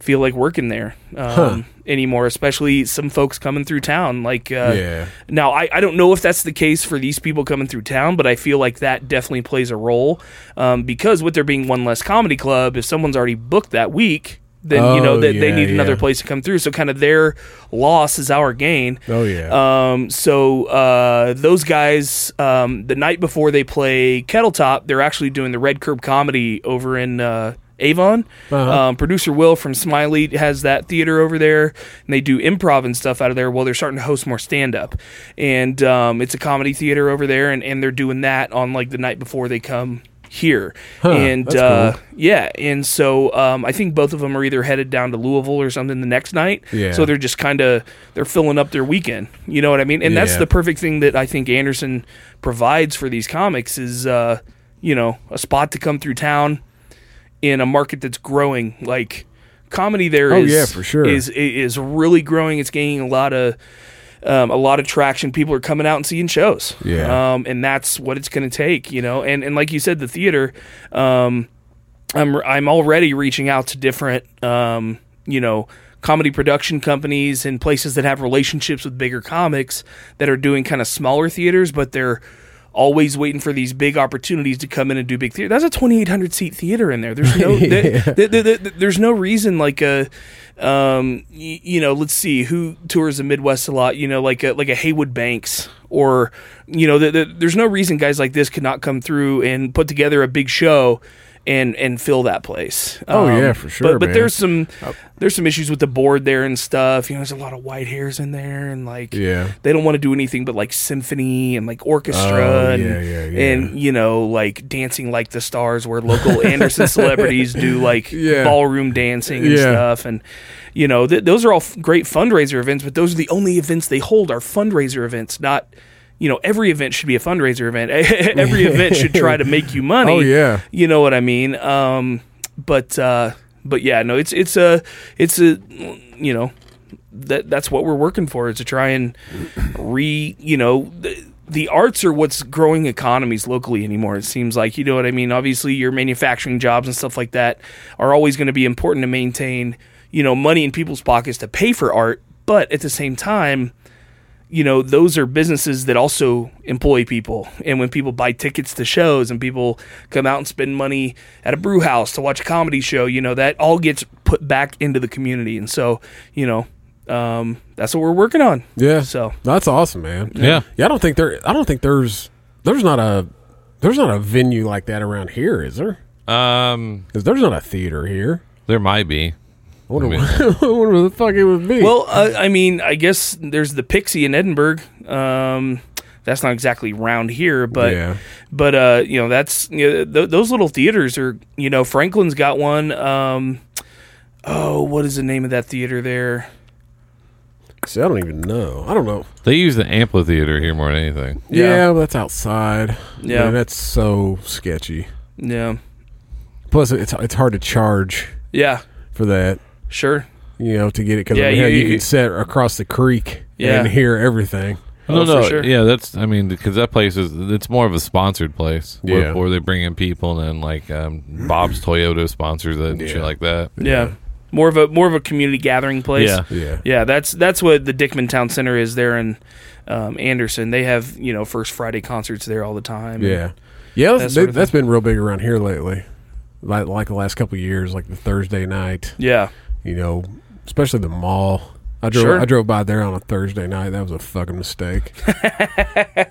feel like working there um, anymore especially some folks coming through town like uh,
Yeah.
now I, I don't know if that's the case for these people coming through town but i feel like that definitely plays a role um, because with there being one less comedy club if someone's already booked that week then you
Oh,
know that they
yeah,
need another
yeah.
place to come through. So kind of their loss is our gain.
Oh, yeah.
Um, so uh, those guys, um, the night before they play Kettle Top, they're actually doing the Red Curb comedy over in. Uh, Avon,
Uh-huh.
um, producer Will from Smiley has that theater over there, and they do improv and stuff out of there. Well, they're starting to host more stand up, and um, it's a comedy theater over there, and, and they're doing that on like the night before they come here. and
that's
uh,
cool.
yeah, and so um, I think both of them are either headed down to Louisville or something the next night.
Yeah.
So they're just kind of they're filling up their weekend. You know what I mean? And that's
Yeah.
the perfect thing that I think Anderson provides for these comics is uh, you know a spot to come through town in a market that's growing like comedy there
Oh,
is-
yeah, for sure.
is is really growing it's gaining a lot of um, a lot of traction people are coming out and seeing shows
Yeah.
um, and that's what it's going to take you know and and like you said the theater um, I'm I'm already reaching out to different um, you know comedy production companies and places that have relationships with bigger comics that are doing kind of smaller theaters, but they're always waiting for these big opportunities to come in and do big theater. That's a 2,800 seat theater in there. There's no th- th- th- th- there's no reason like a um, y- you know let's see who tours the Midwest a lot. You know like a like a Haywood Banks or you know th- th- there's no reason guys like this could not come through and put together a big show and and fill that place. Um,
Oh, yeah, for sure,
But, but
man. Oh.
there's some there's some issues with the board there and stuff. You know, there's a lot of white hairs in there, and like
Yeah.
they don't want to do anything but like symphony and like orchestra
Oh,
and,
yeah, yeah, yeah.
and you know like dancing like the stars where local Anderson celebrities do like
Yeah.
ballroom dancing and
Yeah.
stuff and you know th- those are all f- great fundraiser events but those are the only events they hold are fundraiser events not you know every event should be a fundraiser event every event should try to make you money
Oh, yeah.
you know what I mean. Um, but uh, but yeah, no, it's it's a it's a you know that that's what we're working for is to try and re you know. The, the arts are what's growing economies locally anymore. It seems like you know what I mean. Obviously, your manufacturing jobs and stuff like that are always going to be important to maintain, you know, money in people's pockets to pay for art. But at the same time, you know, those are businesses that also employ people. And when people buy tickets to shows and people come out and spend money at a brew house to watch a comedy show, you know, that all gets put back into the community. And so, you know, um, that's what we're working on.
Yeah.
So.
that's awesome, man.
Yeah.
Yeah, I don't think there. I don't think there's there's not a there's not a venue like that around here, is there?
Um,
Because there's not a theater here.
there might be.
I wonder,
I mean-
I wonder what the fuck it would be.
Well, uh, I mean, I guess there's the Pixie in Edinburgh. Um, that's not exactly round here, but
Yeah.
but uh, you know, that's you know, th- those little theaters are. You know, Franklin's got one. Um, oh, what is the name of that theater there?
See, I don't even know. I don't know.
They use the amphitheater here more than anything.
Yeah,
Yeah.
but that's outside.
Yeah.
Man, that's so sketchy.
Yeah,
Plus, it's it's hard to charge
yeah, for
that.
sure.
You know, to get it because
Yeah,
you,
you-
can sit across the creek
Yeah.
and hear everything.
Oh,
no,
for
no,
sure.
yeah, that's. I mean, because that place is it's more of a sponsored place.
Yeah.
where, where they bring in people and then like um, Bob's Toyota sponsors it and shit
Yeah.
like that.
Yeah. more of a more of a community gathering place.
Yeah.
Yeah,
Yeah, that's that's what the Dickman Town Center is there in um, Anderson. They have you know first Friday concerts there all the time.
yeah, yeah. That's,
That sort of
that's been real big around here lately. Like like the last couple of years, like the Thursday night.
yeah,
you know, especially the mall. I drove
Sure.
I drove by there on a Thursday night. That was a fucking mistake.
I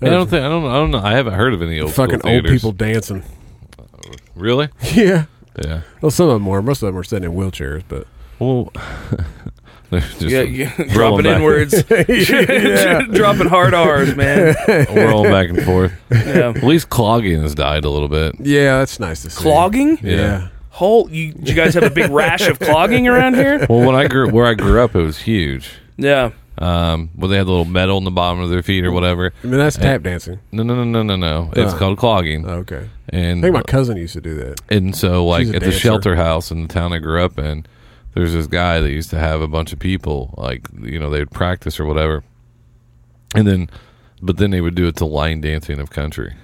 don't think I don't I don't know. I haven't heard of any old school
fucking old
theaters.
people dancing.
Really?
Yeah.
Yeah.
Well, some of them were. Most of them were sitting in wheelchairs, but
Well, they're just
yeah, yeah.
roll 'em
dropping
back-
inwards, dropping hard R's, man.
rolling back and forth.
Yeah.
At least clogging has died a little bit.
yeah, that's nice to see.
Clogging?
Yeah.
Yeah.
Whole you, you guys have a big rash of clogging around here?
Well, when I grew where I grew up, it was huge.
Yeah.
Um, well, they had the little metal in the bottom of their feet or whatever.
I mean, that's tap dancing.
No, no, no, no, no, no. It's
Oh.
called clogging.
Okay. I
And
think my cousin used to do that.
and so like
She's a
at the
dancer.
shelter house in the town I grew up in, there's this guy that used to have a bunch of people like you know they would practice or whatever, and then but then they would do it to line dancing of country.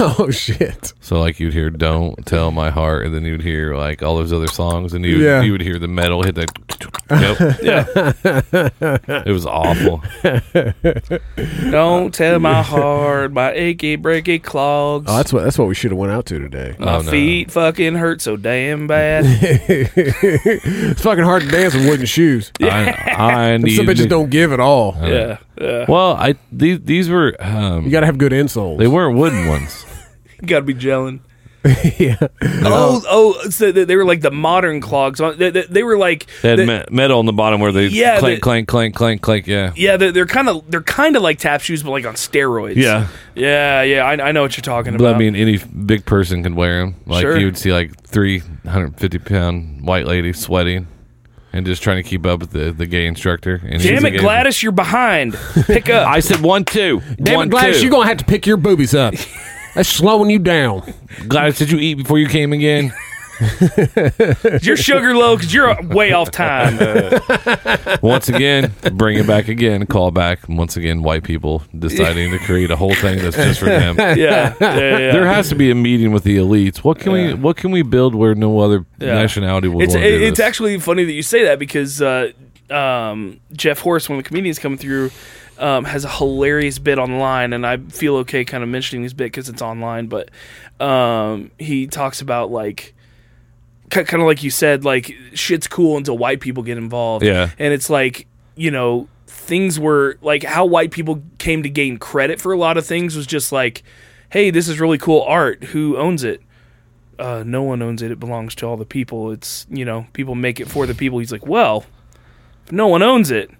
oh shit.
So like you'd hear "Don't Tell My Heart," and then you'd hear like all those other songs, and you
Yeah.
you would hear the metal hit that. Yep.
Yeah.
it was awful.
Don't tell my heart, my achy, breaky clogs.
Oh, that's what that's what we should have went out to today.
my
Oh, no.
feet fucking hurt so damn bad.
it's fucking hard to dance with wooden shoes.
I, I need. Uh,
Some bitches don't give at all.
yeah. Yeah.
Well, I these these were um,
You got to have good insoles.
they weren't wooden ones.
Gotta be gelling.
yeah.
Oh, oh, so they they were like the modern clogs. on- They, they, they were like,
They had
they-
me- metal on the bottom where they
Yeah,
clank
the-
clank clank clank clank. Yeah.
yeah, they're, they're kind of they're kind of like tap shoes, but like on steroids.
Yeah.
yeah, yeah. I, I know what you're talking
But
about.
I mean, any big person could wear them. Like
Sure.
you would see like three hundred fifty pound white lady sweating, and just trying to keep up with the, the gay instructor. And she's
damn
a
it,
gay-
Gladys, you're behind. Pick up.
I said one two.
Damn
one,
it, Gladys,
two.
you're gonna have to pick your boobies up. That's slowing you down.
Gladys, did you eat before you came again?
You're sugar low because you're way off time.
Once again, bring it back again. Call back once again. White people deciding to create a whole thing that's just for them.
yeah, yeah, yeah.
There has to be a meeting with the elites. What can we What can we build where no other
Yeah.
nationality would
it's
want to do
it's
this?
actually funny that you say that because uh, um, Jeff Horst, one of the comedians coming through, um, has a hilarious bit online, and I feel okay kind of mentioning this bit because it's online. But um, he talks about like. Kind of like you said, like shit's cool until white people get involved.
Yeah.
and it's like you know things were like how white people came to gain credit for a lot of things was just like, hey, this is really cool art. Who owns it? uh, no one owns it. It belongs to all the people. It's, you know, people make it for the people. He's like, well, if no one owns it,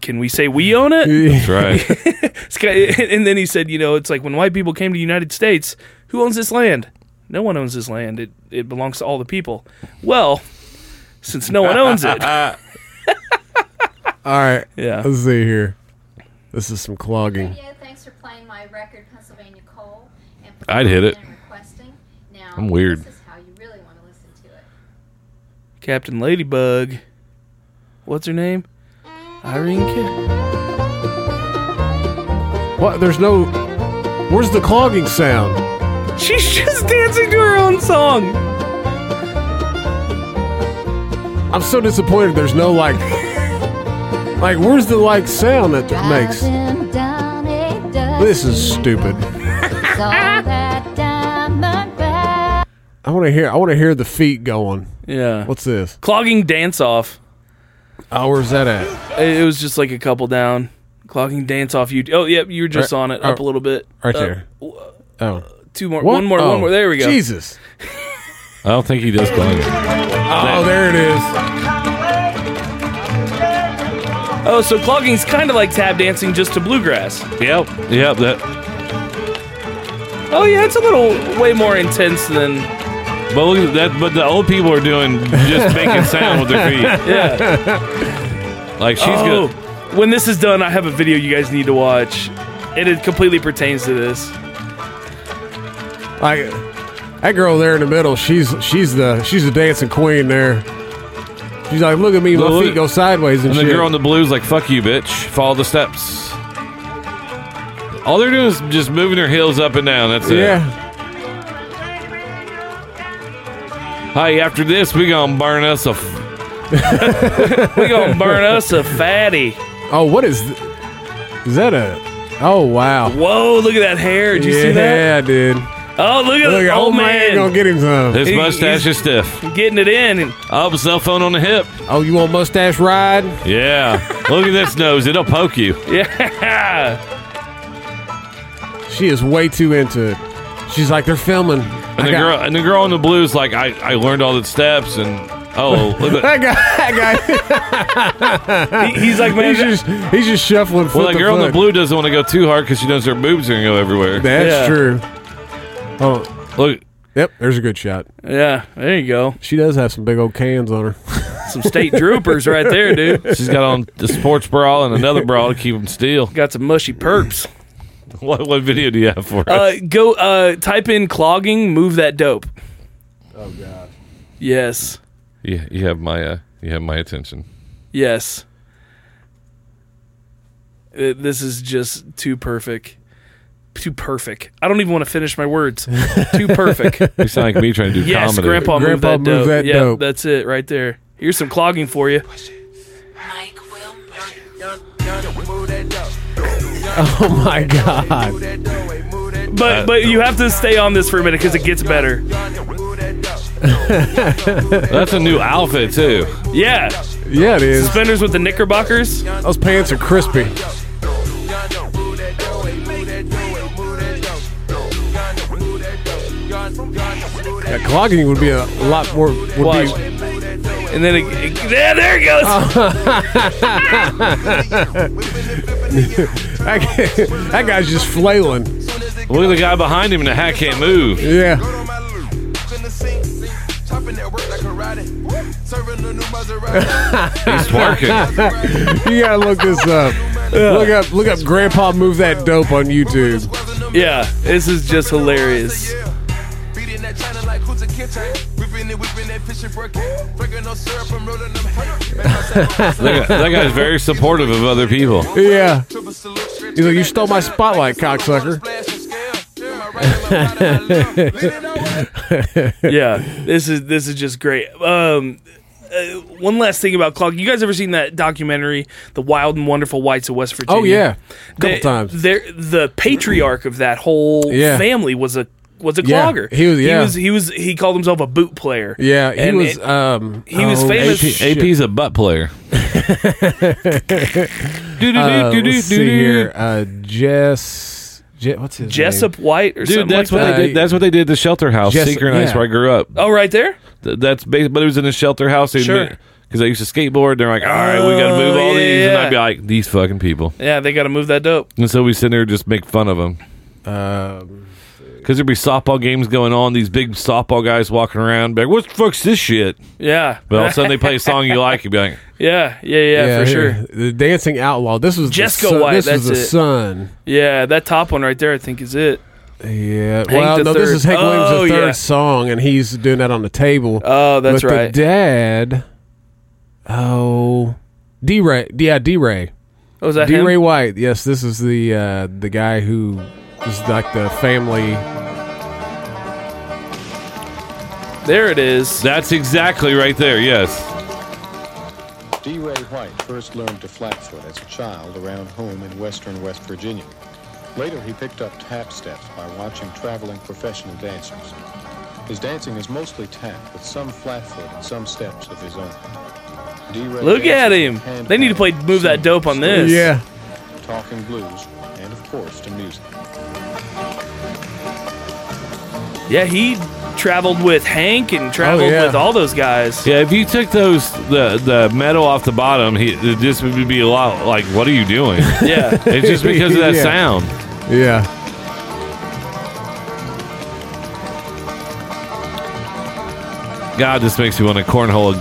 can we say we own it?
That's right.
It's ki- And then he said, you know, it's like when white people came to the United States, who owns this land? No one owns this land. It, it belongs to all the people. Well, since no one owns it.
All right,
Yeah.
let's see here. This is some clogging.
Yeah, thanks for playing my record, Pennsylvania Coal. And for
I'd hit it.
calling and requesting. Now,
I'm weird.
This is how you really want to listen to it.
Captain Ladybug. What's her name? Irene Kid.
What? There's no. Where's the clogging sound?
She's just dancing to her own song.
I'm so disappointed. There's no like. Like, where's the like sound that it makes?
Driving down a dusty
This is stupid.
road, saw that diamond back.
I want to hear. I want to hear the feet going.
Yeah.
What's this?
Clogging dance off.
Oh, where's that at?
It, it was just like a couple down. Clocking dance off you. Oh, yep, you were just
Right-
on it. Up
oh,
a little bit.
Right
Uh,
there. Oh.
Two more.
What?
One more.
Oh,
One more. There we go.
Jesus.
I don't think he does clog it.
Oh, there it is.
Oh, so clogging's kind of like tap dancing, just to bluegrass.
Yep. Yep. That.
Oh yeah, it's a little way more intense than.
But look at that. But the old people are doing just making sound with their feet.
Yeah.
Like she's
oh,
good.
when this is done, I have a video you guys need to watch, and it completely pertains to this.
Like that girl there in the middle, she's she's the she's the dancing queen there. She's like, look at me, my
Look-
feet go sideways and,
And the
shit.
girl in the blues like, "Fuck you, bitch! Follow the steps." All they're doing is just moving their heels up and down. That's it.
yeah.
Hey, after this, we gonna burn us a. F-
We gonna burn us a fatty.
Oh, what is? Th- is that a? Oh wow.
Whoa, look at that hair. Did you
yeah,
see that?
dude.
Oh, look at
Look,
that.
old man gonna get him some.
His
He-
mustache
he's-
is stiff.
getting it in. And,
Oh, cell phone on the hip.
Oh, you want mustache ride?
Yeah. Look at this nose. It'll poke you.
yeah.
She is way too into it. She's like, they're filming.
And the girl and the girl in the blues like, I, I learned all the steps and oh look at that.
That guy, that
He- he's like,
guy,
man,
he's just he's just shuffling foot
Well, that
to
girl in the
foot.
blue doesn't want to go too hard because she knows her boobs are gonna go everywhere.
That's
Yeah.
true. Oh,
Look,
yep. There's a good shot.
yeah. There you go.
She does have some big old cans on her.
Some state troopers right there, dude.
she's got on the sports bra and another bra to keep them still.
Got some mushy perps.
What, what video do you have for us?
Uh, go uh, type in clogging. Move that dope. Oh God. Yes.
yeah, you have my uh, you have my attention.
Yes. Uh, This is just too perfect. Too perfect. I don't even want to finish my words. too perfect.
You sound like me trying to do
Yes,
comedy.
Grandpa, move
Grandpa,
that
move
dope.
that
yeah,
dope.
that's it right there. Here's some clogging for you.
Mike will move that dough.
Oh my god.
Move that dough, hey, move that dough.
But but you have to stay on this for a minute because it gets better.
Move that dough.
That's a new outfit too.
Yeah,
Yeah, it is.
suspenders with the knickerbockers.
Those pants are crispy.
Move that dough, hey, move that dough, hey, move that dough. Move that dough. Move that
That clogging would be a lot more. Would
Watch.
be
And then it, it- yeah, there it goes.
that, guy- that guy's just flailing.
Look at the guy behind him and the hat can't move.
Yeah.
dough. My loot, in the sink, chopping that work like karate, serving the new Maserati.
He's twerking.
You gotta look this up. Look up. Look up. Grandpa, move that dope on YouTube.
yeah, this is just hilarious.
Beating that China like who's a kitchen? Whipping it, whipping that fish and breaking. Breaking no syrup, I'm rolling them hay.
that, guy, that guy's very supportive of other people.
Yeah.
He's like, you stole my spotlight, cocksucker.
yeah, this is this is just great. Um, uh, one last thing about clogging. You guys ever seen that documentary, The Wild and Wonderful Whites of West Virginia?
Oh yeah. A couple
They-
times.
they're- the patriarch of that whole
Yeah.
family was a was a
Yeah,
clogger.
he was- yeah.
He was. He was. He called himself a boot player.
Yeah. He
And
was.
it-
um.
he was
oh,
famous-
shit.
AP, AP's a butt player.
Uh, let's see here. Uh, Jess. Je- what's his name?
Jessup White or
Dude,
something
that's
like
what
that.
they did. That's what they did. The shelter house,
Yes,
Seeker and Ice,
yeah.
where I grew up.
oh, right there.
Th- That's bas but it was in a shelter house.
Sure.
Because I used to skateboard. They're like, all right, we got to move
Oh,
all these, and
yeah.
I'd be like, these fucking people.
Yeah, they got to move that dope.
And so we sit there and just make fun of them.
Um,
Because there'd be softball games going on. These big softball guys walking around, be like, what the fuck's this shit?
Yeah.
But all of a sudden they play a song you like, you'd be like,
yeah, yeah, yeah, for
here.
sure.
The Dancing Outlaw. This was the
Jessica
son-
White,
This was
that's
the
it.
son.
Yeah, that top one right there, I think is it.
Yeah. well,
the
no, this
Third.
is Hank Williams'
Oh,
the third
yeah.
song, and he's doing that on the table.
Oh, that's
but
right.
The dad. Oh, D Ray. Yeah, D Ray.
Oh, was that
D
him?
Ray White. Yes, this is the uh, the guy who is like the family.
There it is.
that's exactly right there. Yes.
D. Ray White first learned to flatfoot as a child around home in western West Virginia. Later, he picked up tap steps by watching traveling professional dancers. His dancing is mostly tap with some flat foot and some steps of his own. D-Ray
Look at
dances
him.
with hand
They need to play
clap,
Move That
singing,
Dope on this.
Yeah.
talking blues, and of course to music.
Yeah, he traveled with Hank and traveled
Oh, yeah.
with all those guys.
Yeah, if you took those the the metal off the bottom, he, it just would be a lot like, what are you doing?
Yeah.
it's just because of that
Yeah.
sound.
Yeah.
God, this makes me want to cornhole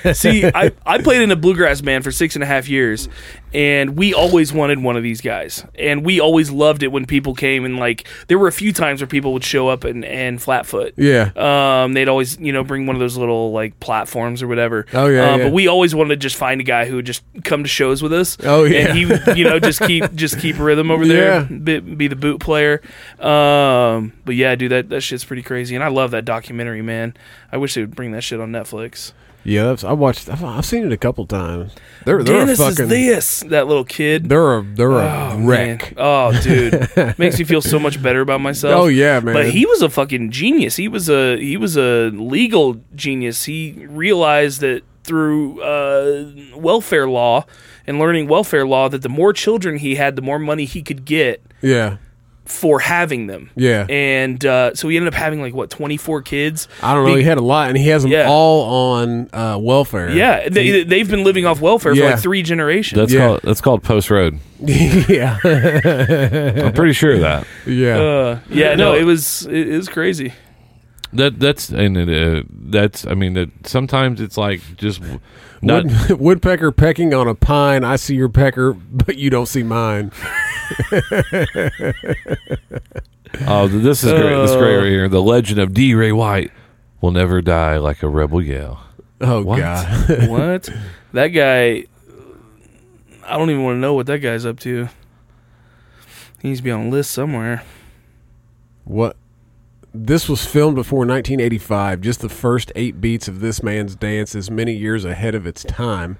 a goat.
See, I, I played in a bluegrass band for six and a half years, and we always wanted one of these guys. And we always loved it when people came and like there were a few times where people would show up and, and flatfoot.
Yeah.
Um, they'd always, you know, bring one of those little like platforms or whatever.
Oh, yeah,
Um,
yeah.
But we always wanted to just find a guy who would just come to shows with us.
Oh, yeah.
And he, would, you know, just keep just keep rhythm over
Yeah.
there. Be, be the boot player. Um, but yeah, dude, that that shit's pretty crazy. And I love that documentary, man. I wish they would bring that shit on Netflix.
Yeah. That's, I watched. I've, I've seen it a couple times. They're they're
Dennis
a fucking.
is this that little kid.
They're a they're a
Oh,
wreck.
man. Oh, dude, makes me feel so much better about myself.
Oh, yeah, man.
But he was a fucking genius. He was a he was a legal genius. He realized that through uh, welfare law and learning welfare law that the more children he had, the more money he could get
Yeah.
for having them.
Yeah.
and uh, so he ended up having like what twenty four kids.
I don't know.
Be-
he had a lot, and he has them
Yeah.
all on uh, welfare.
yeah, they, they've been living off welfare for
Yeah.
like three generations.
That's
Yeah.
called that's called post road.
yeah.
I'm pretty sure of that.
Yeah.
uh, yeah,
No.
no, it was it is crazy.
That that's and it, uh, that's I mean that sometimes it's like just w- not
Wood, woodpecker pecking on a pine. I see your pecker, but you don't see mine.
Oh, th- this is great. This is great right here. The legend of D. Ray White will never die like a rebel yell.
Oh
What?
God.
what? That guy. I don't even want to know what that guy's up to. He needs to be on a list somewhere.
What? This was filmed before 1985. Just the first eight beats of this man's dance is many years ahead of its time.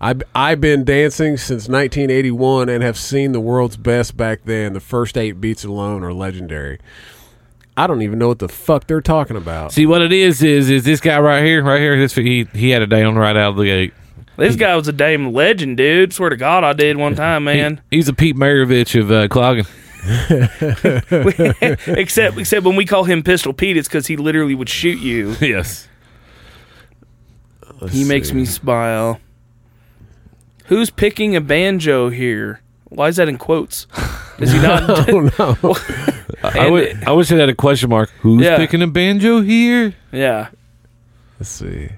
I've, I've been dancing since 1981 and have seen the world's best back then. The first eight beats alone are legendary. I don't even know what the fuck they're talking about.
See what it is is is this guy right here, right here. This he he had it down right out of the gate.
This guy was a damn legend, dude. Swear to God, I did one time, man.
He- he's a Pete Maravich of uh, clogging.
except, except when we call him Pistol Pete, it's because he literally would shoot you.
Yes.
He makes me smile. Who's picking a banjo here? Why is that in quotes? Is he not?
Oh no!
I, would, I wish it had a question mark. Who's
Yeah.
picking a banjo here?
yeah.
Let's see.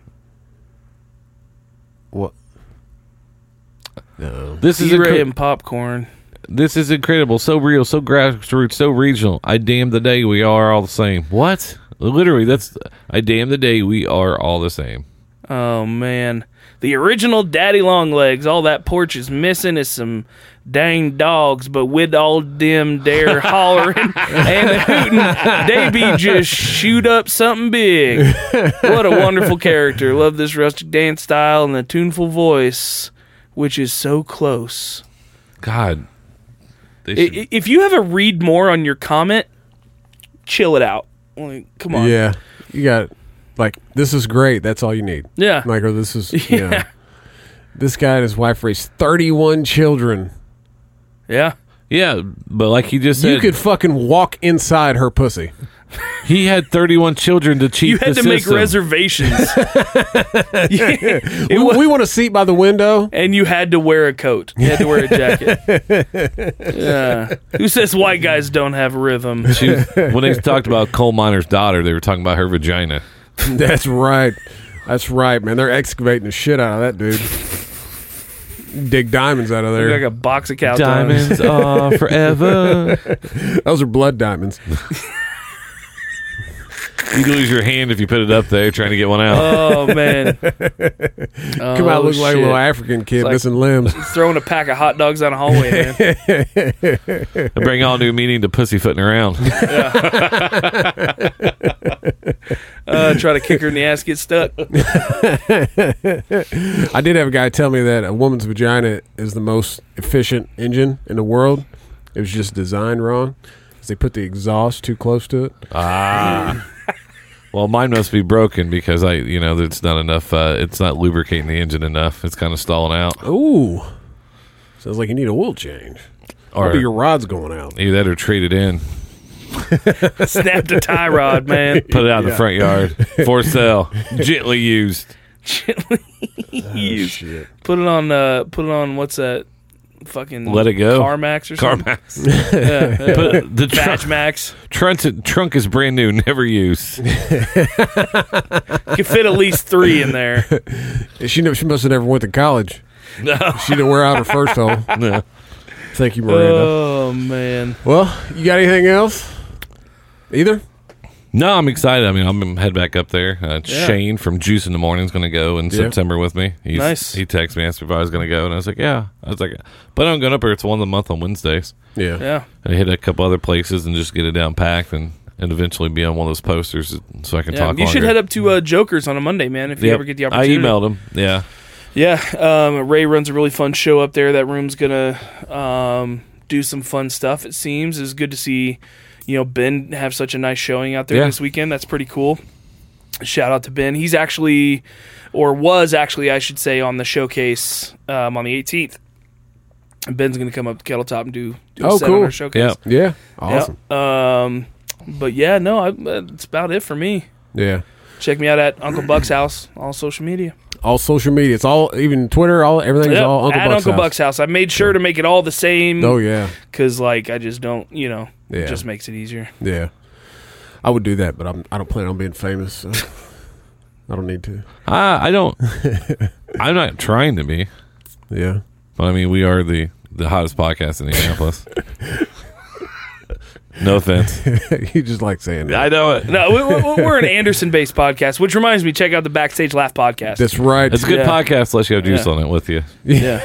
What? No.
This is
D-Ray
incre-
and popcorn.
this is incredible. So real, so grassroots, so regional. I damn the day we are all the same. What? Literally, that's I damn the day we are all the same.
Oh man, the original Daddy Long Legs. All that porch is missing is some dang dogs, but with all them there hollering and hooting, they be just shoot up something big. What a wonderful character! Love this rustic dance style and the tuneful voice, which is so close.
God. They
I-
should-
i- If you have a read more on your comment, chill it out. Like, come on,
Yeah, you got like this is great. That's all you need.
yeah.
Like, or this is yeah. This guy and his wife raised thirty-one children.
yeah.
yeah, but like he just said,
you could fucking walk inside her pussy.
he had 31 children to cheat
You had
the
to make
system.
reservations.
We, we want a seat by the window.
and you had to wear a coat. You had to wear a jacket. yeah. Who says white guys don't have rhythm?
She was- when they talked about coal miner's daughter, they were talking about her vagina.
That's right. That's right, man. They're excavating the shit out of that dude. Dig diamonds out of
Look like
there.
a box of cow tongues.
Diamonds are forever.
Those are blood diamonds.
You could lose your hand if you put it up there trying to get one out.
Oh man!
Come out, look like a little African kid
Oh, like-
missing limbs.
throwing a pack of hot dogs down a hallway, man.
I bring all new meaning to pussyfooting around.
Uh, try to kick her in the ass, get stuck.
I did have a guy tell me that a woman's vagina is the most efficient engine in the world. It was just designed wrong. They put the exhaust too close to it.
Well, mine must be broken because I, you know, it's not enough. Uh, it's not lubricating the engine enough. It's kind of stalling out.
Ooh, sounds like you need a oil change.
Or
Maybe your rod's going out.
either that or trade it in.
Snapped a tie rod, man.
Put it out in the front yard for sale, gently used.
Oh,
Jeez. Put it on. Uh, put it on. What's that? Fucking
Let it go.
Carmax or something.
Carmax.
Yeah,
Put
uh,
it- the
Badge
trunk,
Max
trunk, trunk is brand new, never used.
could fit at least three in there.
She never, she must have never went to college. No, she didn't wear out her first hole.
No.
Thank you, Miranda.
Oh man,
well, you got anything else? Either.
No, I'm excited. I mean, I'm gonna head back up there. Uh, Shane from Juice in the Morning is going to go in September with me. He's,
Nice.
He texted me, asked me if I was going to go, and I was like, yeah. I was like, but I'm going up there. It's one of the month on Wednesdays.
Yeah.
yeah.
I hit a couple other places and just get it down packed and, and eventually be on one of those posters so I can
Yeah,
talk.
you should
longer.
head up to uh, Joker's on a Monday, man. If you
Yep.
ever get the opportunity,
I emailed him. Yeah.
Yeah, um, Ray runs a really fun show up there. That room's gonna um, do some fun stuff. It seems it's good to see, you know, Ben have such a nice showing out there
Yeah.
this weekend. That's pretty cool. Shout out to Ben. He's actually, or was actually, I should say, on the showcase um, on the 18th. Ben's gonna come up to Kettle Top and do, do a
Oh,
set
cool.
on our showcase.
Yeah.
Yeah.
Yeah,
Awesome.
Um, but yeah, no, I, that's about it for me.
Yeah.
Check me out at Uncle Buck's house on social media.
All social media. It's all even Twitter. All everything's
Yep,
all Uncle
at
Buck's
Uncle
house.
Buck's house. I made sure to make it all the same.
Oh yeah.
because like I just don't, you know,
Yeah.
it just makes it easier.
Yeah. I would do that, but I'm, I don't plan on being famous. So I don't need to.
I, I don't. I'm not trying to be,
Yeah.
but I mean, we are the, the hottest podcast in Indianapolis. no offense.
you just like saying that.
I know it.
No, we- we- we're an Anderson-based podcast, which reminds me, check out the Backstage Laugh podcast.
That's right.
It's a good
Yeah.
podcast unless you have juice
Yeah.
on it with you.
yeah,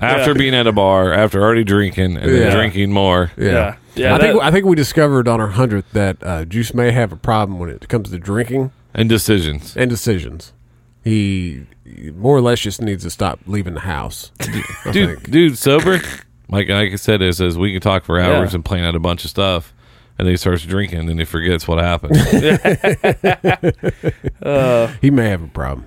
After being at a bar, after already drinking, and
Yeah.
then drinking more.
yeah.
yeah, yeah.
I think
that-
I think we discovered on our hundredth that uh, Juice may have a problem when it comes to drinking
And decisions.
and decisions. He more or less just needs to stop leaving the house. I
Dude,
think.
dude, sober. Like like I said, is is we can talk for hours
Yeah.
and plan out a bunch of stuff, and then he starts drinking, and then he forgets what happened.
he may have a problem.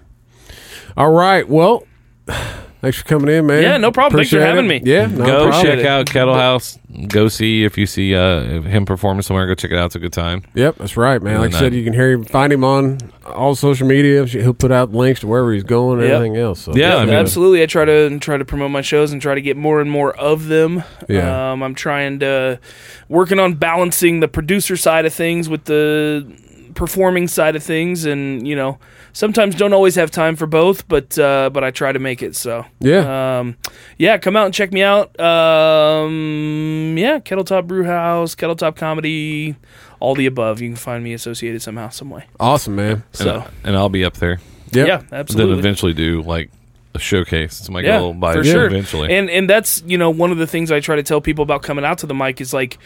All right. Well, thanks for coming in, man.
Yeah, no problem. Thanks for having me.
Yeah, no
go
problem.
check out Kettle House. Go see if you see uh, him performing somewhere. Go check it out. It's a good time.
Yep, that's right, man. Like I
then
said,
that-
you can hear him, find him on all social media. He'll put out links to wherever he's going and
Yep.
everything else. So.
Yeah, I mean,
absolutely. I try to try to promote my shows and try to get more and more of them.
Yeah.
Um, I'm trying to working on balancing the producer side of things with the performing side of things, and you know, sometimes don't always have time for both, but uh, but I try to make it so.
Yeah.
Um, yeah, come out and check me out. Um, yeah, Kettle Top Brew House, Kettle Top Comedy, all the above. You can find me associated somehow, some way.
Awesome, man.
So
and I'll be up there.
Yep.
yeah,
Then
absolutely.
eventually do like a showcase. It's my
yeah,
goal by
for sure.
eventually.
And and that's you know one of the things I try to tell people about coming out to the mic is like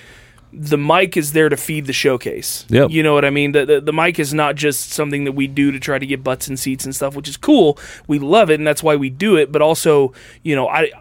the mic is there to feed the showcase.
Yep.
You know what I mean? The, the the mic is not just something that we do to try to get butts and seats and stuff, which is cool. We love it and that's why we do it, but also, you know, I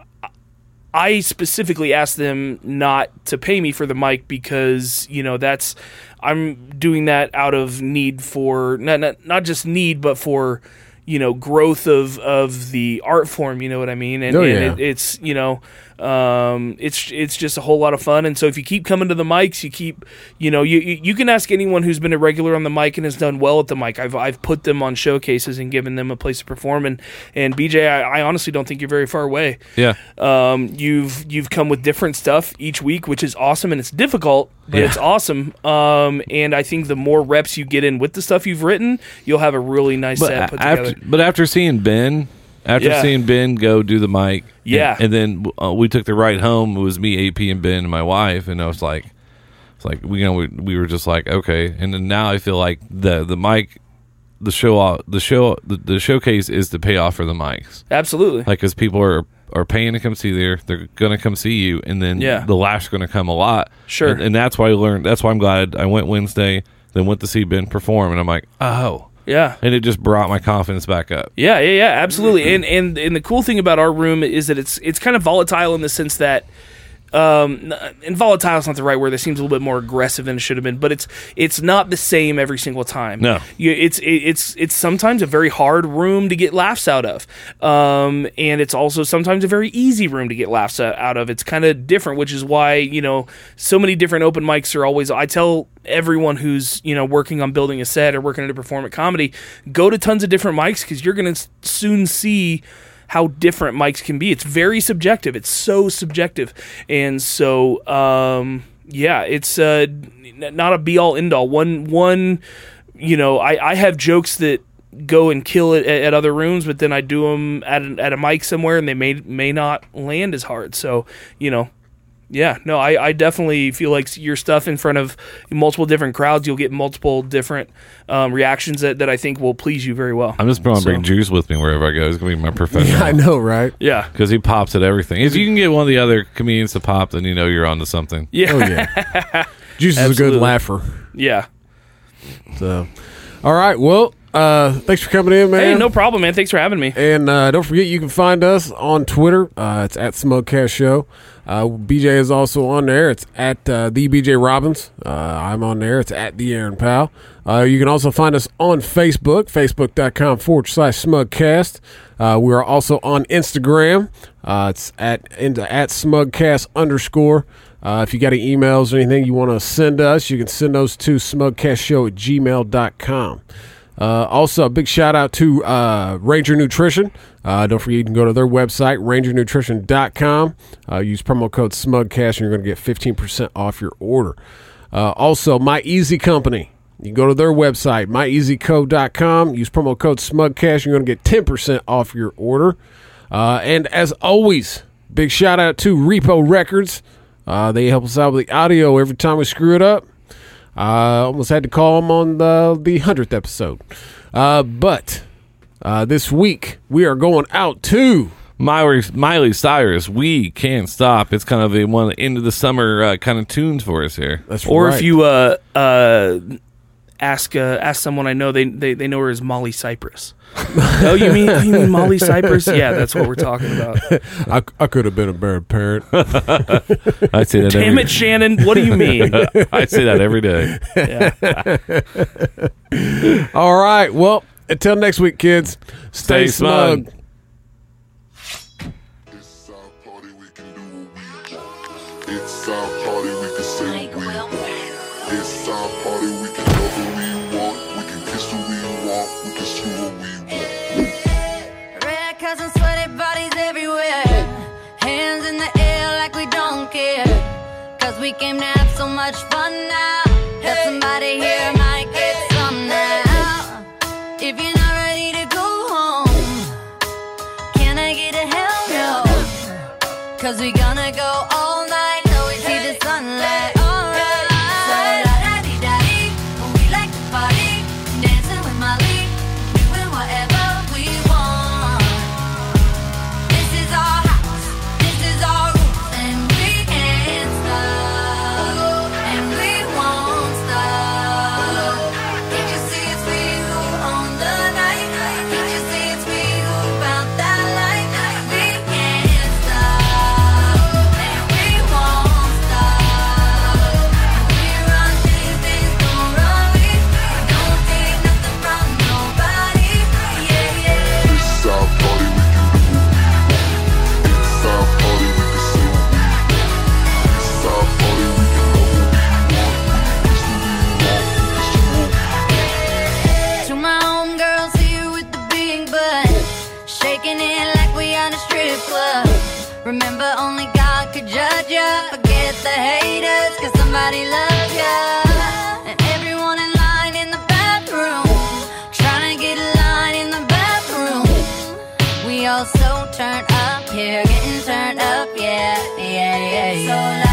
I specifically asked them not to pay me for the mic because you know that's I'm doing that out of need for not not, not just need but for you know growth of of the art form you know what I mean and,
Oh,
and
yeah.
it, it's you know um, it's it's just a whole lot of fun and so if you keep coming to the mics you keep you know you you you can ask anyone who's been a regular on the mic and has done well at the mic I've I've put them on showcases and given them a place to perform and and BJ I, I honestly don't think you're very far away
yeah,
um, you've you've come with different stuff each week, which is awesome, and it's difficult, but
Yeah.
it's awesome. Um, and I think the more reps you get in with the stuff you've written, you'll have a really nice
but
set put together.
after but after seeing Ben, after
Yeah.
seeing Ben go do the mic, and-
Yeah.
and, then uh, we took the ride home. It was me, AP, and Ben, and my wife, and I was like, it's like we you know we, we were just like okay, and then now I feel like the the mic, the show off, the show the, the showcase is the payoff for the mics,
Absolutely,
like because people are are paying to come see there, they're gonna come see you, and then
Yeah.
the laugh's gonna come a lot,
Sure.
and, and that's why I learned. That's why I'm glad I went Wednesday, then went to see Ben perform, and I'm like oh.
yeah.
And it just brought my confidence back up.
Yeah, yeah, yeah, absolutely. And and and the cool thing about our room is that it's it's kind of volatile in the sense that um, n- and volatile is not the right word. That seems a little bit more aggressive than it should have been, but it's it's not the same every single time.
No.
you, it's it, it's it's sometimes a very hard room to get laughs out of, um, and it's also sometimes a very easy room to get laughs o- out of. It's kind of different, which is why you know so many different open mics are always. I tell everyone who's you know working on building a set or working at a perform at comedy, go to tons of different mics because you're going to soon see how different mics can be. It's very subjective. It's so subjective, and so um, yeah, it's uh, n- not a be all end all. One one, you know, I I have jokes that go and kill it at, at other rooms, but then I do them at an, at a mic somewhere, and they may may not land as hard. So you know. Yeah, no, I, I definitely feel like your stuff in front of multiple different crowds, you'll get multiple different um, reactions that, that I think will please you very well.
I'm just probably bring
So-
juice with me wherever I go. He's gonna be my professional.
I know, right?
Yeah.
Because he pops at everything. If you can get one of the other comedians to pop, then you know you're onto something.
Yeah.
Oh yeah. Juice is a good
Absolutely.
laugher.
yeah.
So, all right. Well, uh, thanks for coming in, man.
Hey, no problem, man. Thanks for having me.
And uh, don't forget, you can find us on Twitter. Uh, it's at Smugcast Show. Uh, BJ is also on there. It's at uh, the BJ Robbins. Uh, I'm on there. It's at the Aaron Powell. Uh, you can also find us on Facebook, facebook.com forward slash Smugcast. Uh, we are also on Instagram. Uh, it's at in- at Smugcast underscore. Uh, if you got any emails or anything you want to send us, you can send those to smugcastshow at gmail.com. Uh, also, a big shout out to uh, Ranger Nutrition. Uh, don't forget, you can go to their website, rangernutrition.com. Uh, use promo code SMUGCASH, and you're going to get 15% off your order. Uh, also, My Easy Company. You can go to their website, myeasyco.com. Use promo code SMUGCASH, and you're going to get 10% off your order. Uh, and as always, big shout out to Repo Records. Uh, they help us out with the audio every time we screw it up. I almost had to call him on the the hundredth episode, uh, but uh, this week we are going out to
Miley, Miley Cyrus, we can't stop. It's kind of a one end of the summer uh, kind of tunes for us here.
that's
Or
right.
if you uh, uh, ask uh, ask someone I know, they, they they know her as Molly Cypress. oh, you mean you mean Molly Cypress? Yeah, that's what we're talking about.
I, I could have been a better parent.
I say that.
Damn
every,
it, Shannon! What do you mean?
I say that every day.
Yeah.
All right, well, until next week, kids, stay,
Stay smug.
smug.
It's our party, we can do what we want. It's our party, we can say what we want. It's our party, we can love who we want. We can kiss who we want. We can screw who we want.
Red cups and sweaty bodies everywhere. Hands in the air like we don't care. Cause we came to have so much fun now. That somebody here might get some now. If you're not ready to go home, can I get a hell no? Cause we gonna go all night till we see the sunlight. Alright. So la-da-dee-da-dee, we like to party, dancing with Molly, doing whatever we want. This is our house, this is our rules, and we can't stop, and we won't stop. Can't you see it's we who own the night? Can't you see it's we who found that light? We can't stop, and we won't stop. We run these things, don't run we. We don't take nothing from nobody. Yeah, yeah.
It's our party, we can do what we want. It's our party, we can say what we want. It's our party, we can love who we want. We can kiss who we want. We can screw who we want.
To my homegirls here with the big butt, shaking it like we on a strip club. Remember, only God could judge ya. Forget the haters, cause somebody loves ya. And everyone in line in the bathroom, trying to get a line in the bathroom. We all so turned up here, getting turned up, yeah, yeah, yeah. yeah. So la